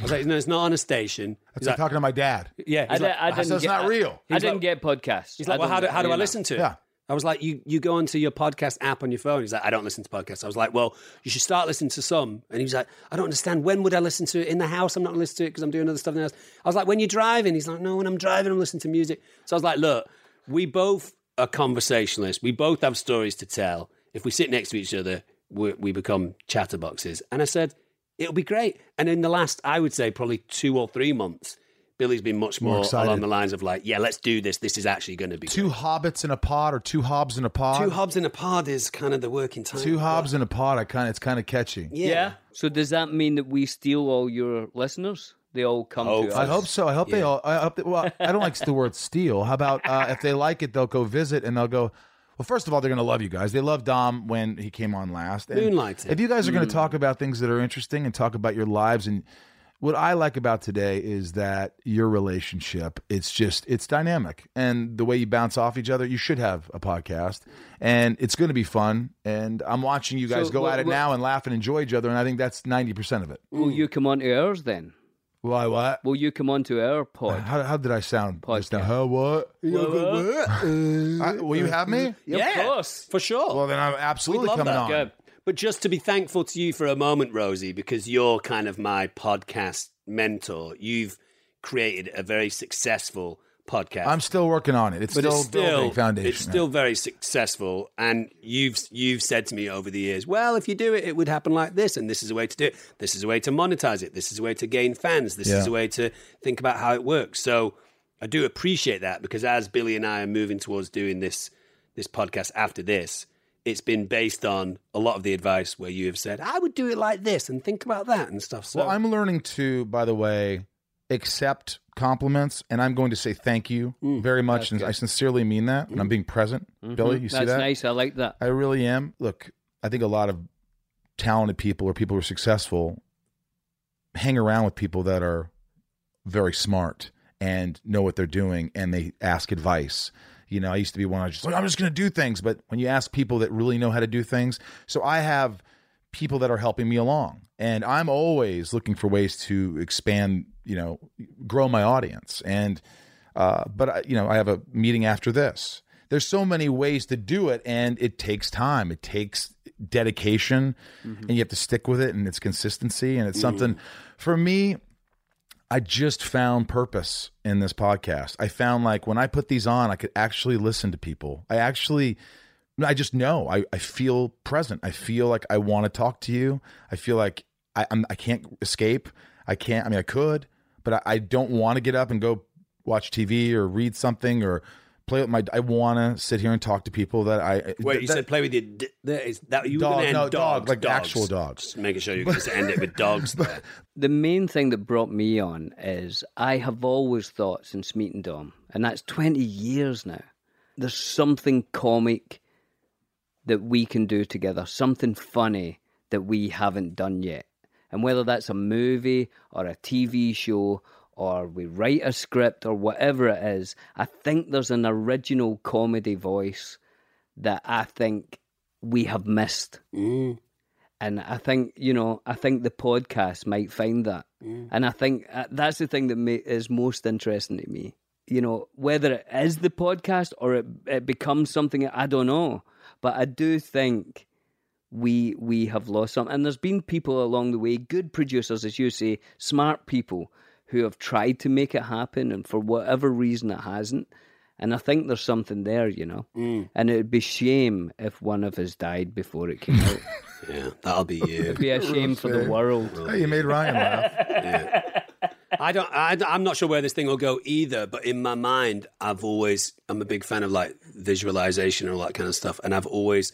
C: I was like, "No, it's not on a station."
A: That's
C: He's
A: like,
C: like,
A: talking to my dad.
C: "Yeah."
D: I,
C: He's
D: di-
C: like,
D: I didn't
A: so it's
D: get,
A: not real.
D: I didn't get podcasts.
C: He's like,
D: I
C: well,
D: don't
C: how do, how do I
D: really know.
C: listen to it?
A: Yeah.
C: I was like, you, you go onto your podcast app on your phone. He's like, I don't listen to podcasts. I was like, well, you should start listening to some. And he was like, I don't understand. When would I listen to it? In the house, I'm not going to listen to it because I'm doing other stuff in the house. I was like, when you're driving? He's like, no, when I'm driving, I'm listening to music. So I was like, look, we both are conversationalists. We both have stories to tell. If we sit next to each other, we, we become chatterboxes. And I said, it'll be great. And in the last, I would say, probably two or three months, Billy's been much
A: More
C: more,
A: excited.
C: along the lines of like, yeah, let's do this. This is actually going to be
A: Two hobbits in a pod, or two hobs in a pod.
C: Two hobs in a pod is kind of the working title.
A: Two hobs in a pod. I kind of. It's kind of catchy.
C: Yeah.
D: So does that mean that we steal all your listeners? They all come
C: Oh,
D: to us.
A: I hope so. I hope they all. I hope. They, well, I don't like the word steal. How about uh, if they like it, they'll go visit and they'll go. Well, first of all, they're going to love you guys. They love Dom when he came on last. And
C: Moonlighting.
A: If you guys are going to talk about things that are interesting and talk about your lives and what I like about today is that your relationship it's just it's dynamic and the way you bounce off each other. You should have a podcast and it's going to be fun. And I'm watching you guys
D: So,
A: go
D: well,
A: at it
D: well-
A: now and laugh and enjoy each other. And I think that's ninety percent of it.
D: Will you come on to ours then?
A: Why what?
D: Will you come on to our pod?
A: How, how did I sound? Just now,
D: Podcast.
A: huh, what?
C: Uh,
A: I- will you have me?
C: Uh-huh. yeah,
D: course.
C: for sure.
A: Well, then I'm absolutely
C: Oh. We'd love
A: coming
C: that.
A: on.
C: Good. But just to be thankful to you for a moment, Rosie, because you're kind of my podcast mentor. You've created a very successful podcast.
A: I'm still working on it. It's
C: but
A: still,
C: it's still
A: building foundation.
C: It's still very successful, and you've you've said to me over the years, well, if you do it, it would happen like this, and this is a way to do it. This is a way to monetize it. This is a way to gain fans. This is
A: Yeah.
C: a way to think about how it works. So I do appreciate that because as Billy and I are moving towards doing this this podcast after this, it's been based on a lot of the advice where you have said, I would do it like this, and think about that and stuff. So
A: Well, I'm learning to, by the way, accept compliments, and I'm going to say thank you
C: Mm.
A: very much, and I sincerely mean that.
C: Mm-hmm.
A: And I'm being present, Billy. You see
D: That's
A: that?
D: nice. I like that.
A: I really am. Look, I think a lot of talented people or people who are successful hang around with people that are very smart and know what they're doing and they ask advice. You know, I used to be one I was just like, I'm just gonna do things. But when you ask people that really know how to do things, so I have people that are helping me along. And I'm always looking for ways to expand, you know, grow my audience. And uh, but I, you know, I have a meeting after this. There's so many ways to do it, and it takes time. It takes dedication, and you have to stick with it, and it's consistency, and it's something. For me, I just found purpose in this podcast. I found like when I put these on, I could actually listen to people. I actually, I just know. I, I feel present. I feel like I want to talk to you. I feel like I I'm, I can't escape. I can't. I mean, I could, but I, I don't want to get up and go watch TV or read something or play with my. I want to sit here and talk to people that I
C: Wait, you
A: that-
C: said play with your. D- there is that you were
A: Dog,
C: gonna end
A: no, dog,
C: dogs,
A: like
C: dogs.
A: actual dogs.
C: Just making sure you're going to end it with dogs. there.
D: The main thing that brought me on is I have always thought since meeting Dom, and that's 20 years now, there's something comic that we can do together, something funny that we haven't done yet. And whether that's a movie or a TV show or we write a script or whatever it is, I think there's an original comedy voice that I think we have missed. And I think, you know, I think the podcast might find that. And I think uh, that's the thing that ma- is most interesting to me. You know, whether it is the podcast or it, it becomes something, I don't know. But I do think we we have lost some. And there's been people along the way, good producers, as you say, smart people who have tried to make it happen. And for whatever reason, it hasn't. And I think there's something there, you know.
C: Mm.
D: And it'd be shame if one of us died before it came out.
C: yeah, that'll be you.
D: It'd be a shame for the world.
A: Hey, you made Ryan laugh.
C: I don't. I, am not sure where this thing will go either. But in my mind, I've always. I'm a big fan of like visualization and all that kind of stuff, and I've always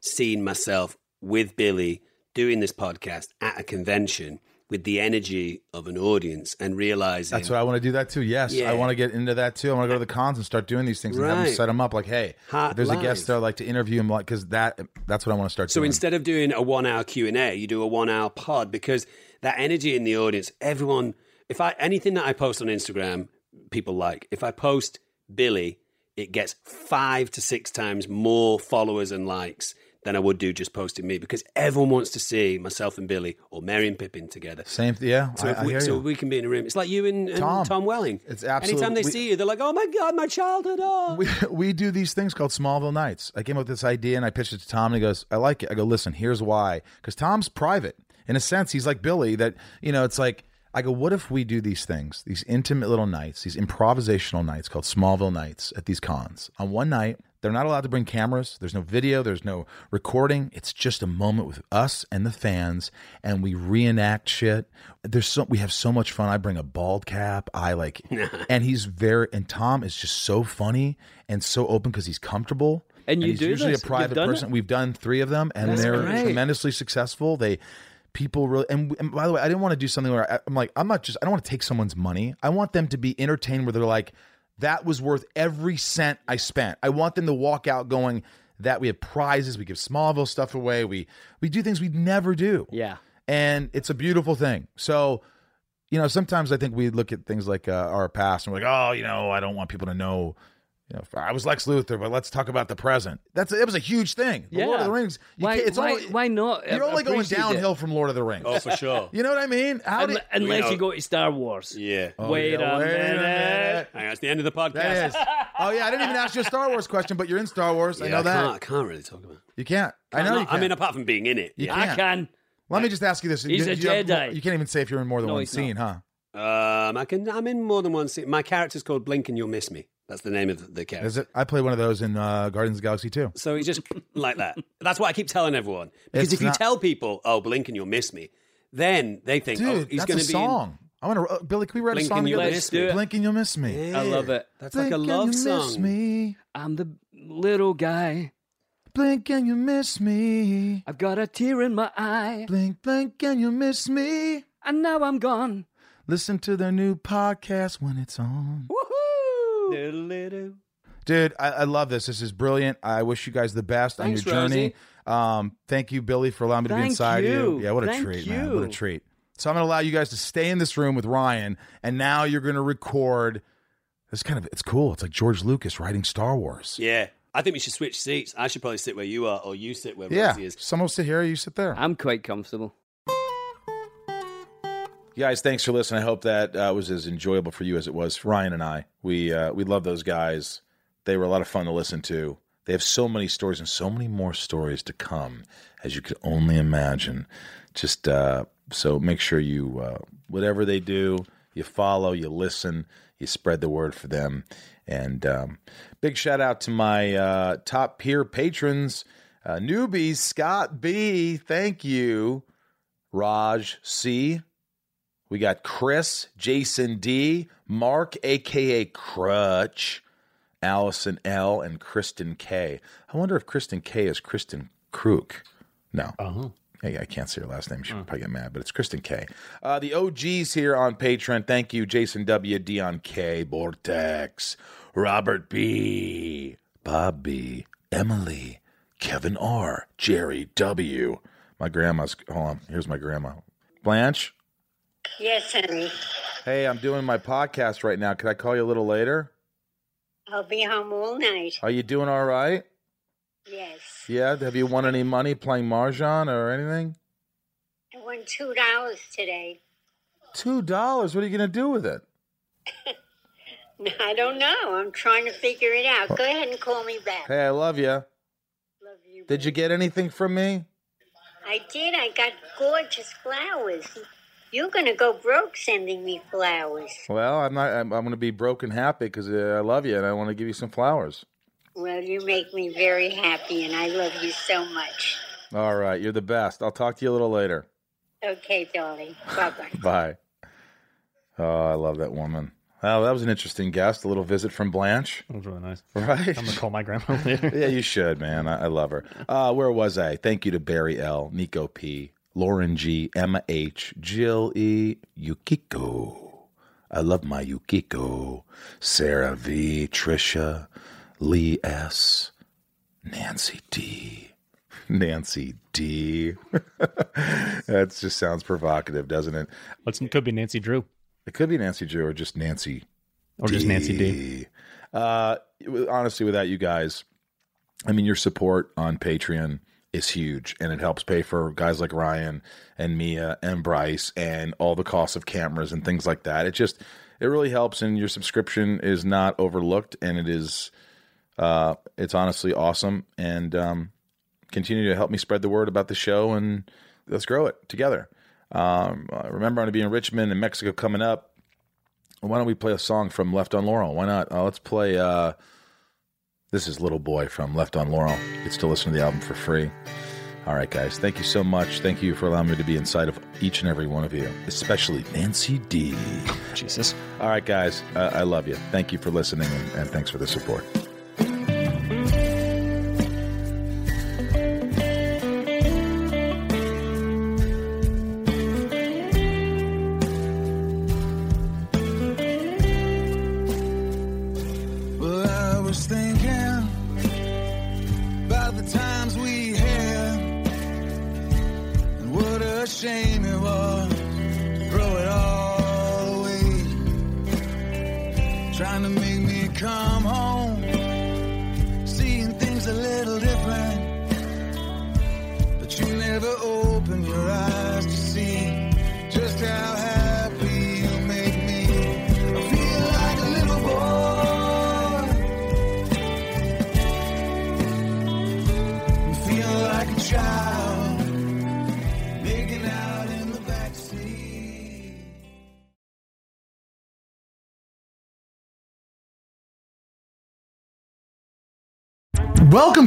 C: seen myself with Billy doing this podcast at a convention with the energy of an audience and realizing
A: That's what I want to do that too. Yes,
C: Yeah.
A: I want to get into that too. I want to go to the cons and start doing these things and have them
C: Right.
A: set them up. Like, hey,
C: Hot
A: if there's a
C: live.
A: guest there, I'd like to interview him, like because that that's what I want to start
C: So
A: doing.
C: instead of doing a one hour Q and A, you do a one hour pod because that energy in the audience, everyone. If I anything that I post on Instagram, people like. If I post Billy, it gets five to six times more followers and likes than I would do just posting me because everyone wants to see myself and Billy or Mary and Pippin together.
A: Same, th- yeah.
C: So,
A: I,
C: if
A: I
C: we,
A: hear
C: so
A: you.
C: we can be in a room. It's like you and, and Tom.
A: Tom.
C: Welling.
A: It's
C: Anytime
A: absolutely-
C: they see you, they're like, "Oh my god, my childhood!" Oh,
A: we, we do these things called Smallville Nights. I came up with this idea and I pitched it to Tom and he goes, I like it. I go, listen, here's why. Because Tom's private. In a sense, he's like Billy that, you know, it's like, I go, what if we do these things, these intimate little nights, these improvisational nights called Smallville Nights at these cons? On one night, they're not allowed to bring cameras. There's no video. There's no recording. It's just a moment with us and the fans, and we reenact shit. There's so we have so much fun. I bring a bald cap. I like, and he's very and Tom is just so funny and so open because he's comfortable.
D: And you
A: he's
D: do
A: usually a
D: this? You've
A: private
D: done it?
A: person. We've done three of them, and
D: That's
A: they're
D: great.
A: tremendously successful. They people really and, and by the way, I didn't want to do something where I, I'm like, I'm not just I don't want to take someone's money. I want them to be entertained where they're like, that was worth every cent I spent. I want them to walk out going that we have prizes, we give Smallville stuff away, we we do things we'd never do
D: Yeah.
A: and it's a beautiful thing. So, you know, sometimes I think we look at things like uh, our past and we're like, oh, you know, I don't want people to know. You know, I was Lex Luthor, but let's talk about the present. That's that was a huge thing. The Lord of the
D: Yeah.
A: Rings. you
D: Why-
A: can't- it's
D: why-
A: only-
D: why not?
A: You're
D: I- I
A: only going
D: appreciate
A: downhill from Lord of the Rings.
C: oh, for sure.
A: You know what I mean? How
D: Un-
A: did?
D: unless
C: know-
D: you go to Star Wars.
C: yeah.
A: Oh,
D: Wait
A: yeah,
D: a minute.
C: Hang on, it's the end of the podcast.
A: That is. Oh yeah, I didn't even ask you a Star Wars question, but you're in Star Wars. I
C: Yeah,
A: know that.
C: Can't, I can't really talk about. It.
A: You can't. I know.
C: I'm
A: you
C: not- I
A: can't.
C: mean, apart from being in it.
A: You
C: yeah.
A: can't.
D: I can.
A: Let me just ask you this.
D: He's
A: you,
D: a
A: you have-
D: Jedi.
A: you can't even say if you're in more than
D: No,
A: one
D: he's
A: scene, huh?
C: Um, I can. I'm in more than one scene. My character's called Blink, and you'll miss me. That's the name of the character.
A: Is it? I played one of those in uh, Guardians of the Galaxy too.
C: So he's just like that. That's what I keep telling everyone. Because
A: It's
C: if you
A: not-
C: tell people, "Oh, Blink, and you'll miss me," then they think, "Oh,
A: Dude,
C: he's
A: that's
C: going
A: a
C: to be."
A: song. I want to. Uh, Billy, can we write
C: Blink
A: a song
C: and You'll
A: together?
C: Miss
D: Me. Let's do it.
A: Blink and you'll miss me.
C: In...
D: I love it.
C: That's
A: Blink
C: like a
A: and
C: love
A: you
C: song.
A: Miss me.
D: I'm the little guy.
A: Blink and you miss me.
D: I've got a tear in my eye.
A: Blink, blink and you miss me.
D: And now I'm gone.
A: Listen to their new podcast when it's on.
D: Woohoo!
A: Dude, I, I love this. This is brilliant. I wish you guys the best
D: Thanks,
A: on your journey.
D: Rosie.
A: Um, thank you, Billy, for allowing me to be
D: Thank
A: inside
D: you.
A: Yeah, what a
D: Thank
A: treat, man. What a
D: you.
A: treat. So I'm going to allow you guys to stay in this room with Ryan, and now you're going to record. It's kind of it's cool. It's like George Lucas writing Star Wars.
C: Yeah, I think we should switch seats. I should probably sit where you are, or you sit where
A: Yeah,
C: Rosie is.
A: someone will sit here, you sit there.
D: I'm quite comfortable.
O: You guys, thanks for listening. I hope that uh, was as enjoyable for you as it was for Ryan and I. We uh, we love those guys. They were a lot of fun to listen to. They have so many stories and so many more stories to come, as you could only imagine. Just uh, so make sure you uh, whatever they do,
A: you follow, you listen, you spread the word for them. And um, big shout out to my uh, top peer patrons, uh, newbies Scott B. Thank you, Raj C. We got Chris, Jason D, Mark, aka Crutch, Allison L, and Kristen K. I wonder if Kristen K is Kristen Kruk. No. Uh-huh. I can't say her last name. She'll probably get mad, but it's Kristen K. Uh, the OGs here on Patreon. Thank you, Jason W, Dion K, Vortex, Robert B, Bob B, Emily, Kevin R, Jerry W. My grandma's. Hold on. Here's my grandma. Blanche.
P: Yes, honey.
A: Hey, I'm doing my podcast right now. Could I call you a little later?
P: I'll be home all night.
A: Are you doing all right?
P: Yes.
A: Yeah. Have you won any money playing Marjan or anything?
P: I won two dollars today.
A: Two dollars. What are you going to do with it?
P: I don't know. I'm trying to figure it out. Go ahead and call me back.
A: Hey, I love you. Love you. Did you get anything from me?
P: I did. I got gorgeous flowers. You're going to go broke sending me flowers.
A: Well, I'm not. I'm, I'm going to be broke and happy because uh, I love you and I want to give you some flowers.
P: Well, you make me very happy, and I love you so much.
A: All right, you're the best. I'll talk to you a little later.
P: Okay, darling. Bye bye.
A: Bye. Oh, I love that woman. Wow, that was an interesting guest. A little visit from Blanche.
Q: That was really nice.
A: Right.
Q: I'm gonna call my grandma later.
A: yeah, you should, man. I, I love her. Uh, where was I? Thank you to Barry L, Nico P, Lauren G, Emma H, Jill E, Yukiko. I love my Yukiko. Sarah V, Trisha, Lee S, Nancy D. Nancy D. that just sounds provocative, doesn't it?
Q: Let's, it could be Nancy Drew.
A: It could be Nancy Drew or just Nancy
Q: Or just Nancy D.
A: Uh, honestly, without you guys, I mean, your support on Patreon is huge and it helps pay for guys like Ryan and Mia and Bryce and all the costs of cameras and things like that. It just, it really helps. And your subscription is not overlooked and it is, uh, it's honestly awesome. And, um, continue to help me spread the word about the show and let's grow it together. Um, I remember I'm going to be in Richmond and Mexico coming up. Why don't we play a song from Left on Laurel? Why not? Uh, let's play. Uh, this is Little Boy from Left on Laurel. You can still listen to the album for free. All right, guys. Thank you so much. Thank you for allowing me to be inside of each and every one of you, especially Nancy D.
Q: Jesus.
A: All right, guys. Uh, I love you. Thank you for listening and, and thanks for the support.
R: Well, I was thinking about the times we had, and what a shame it was to throw it all away. Trying to make me come home, seeing things a little different, but you never open your eyes to see just how happy you make me. I feel like a little boy. feel like a child making out in the backseat.
A: Welcome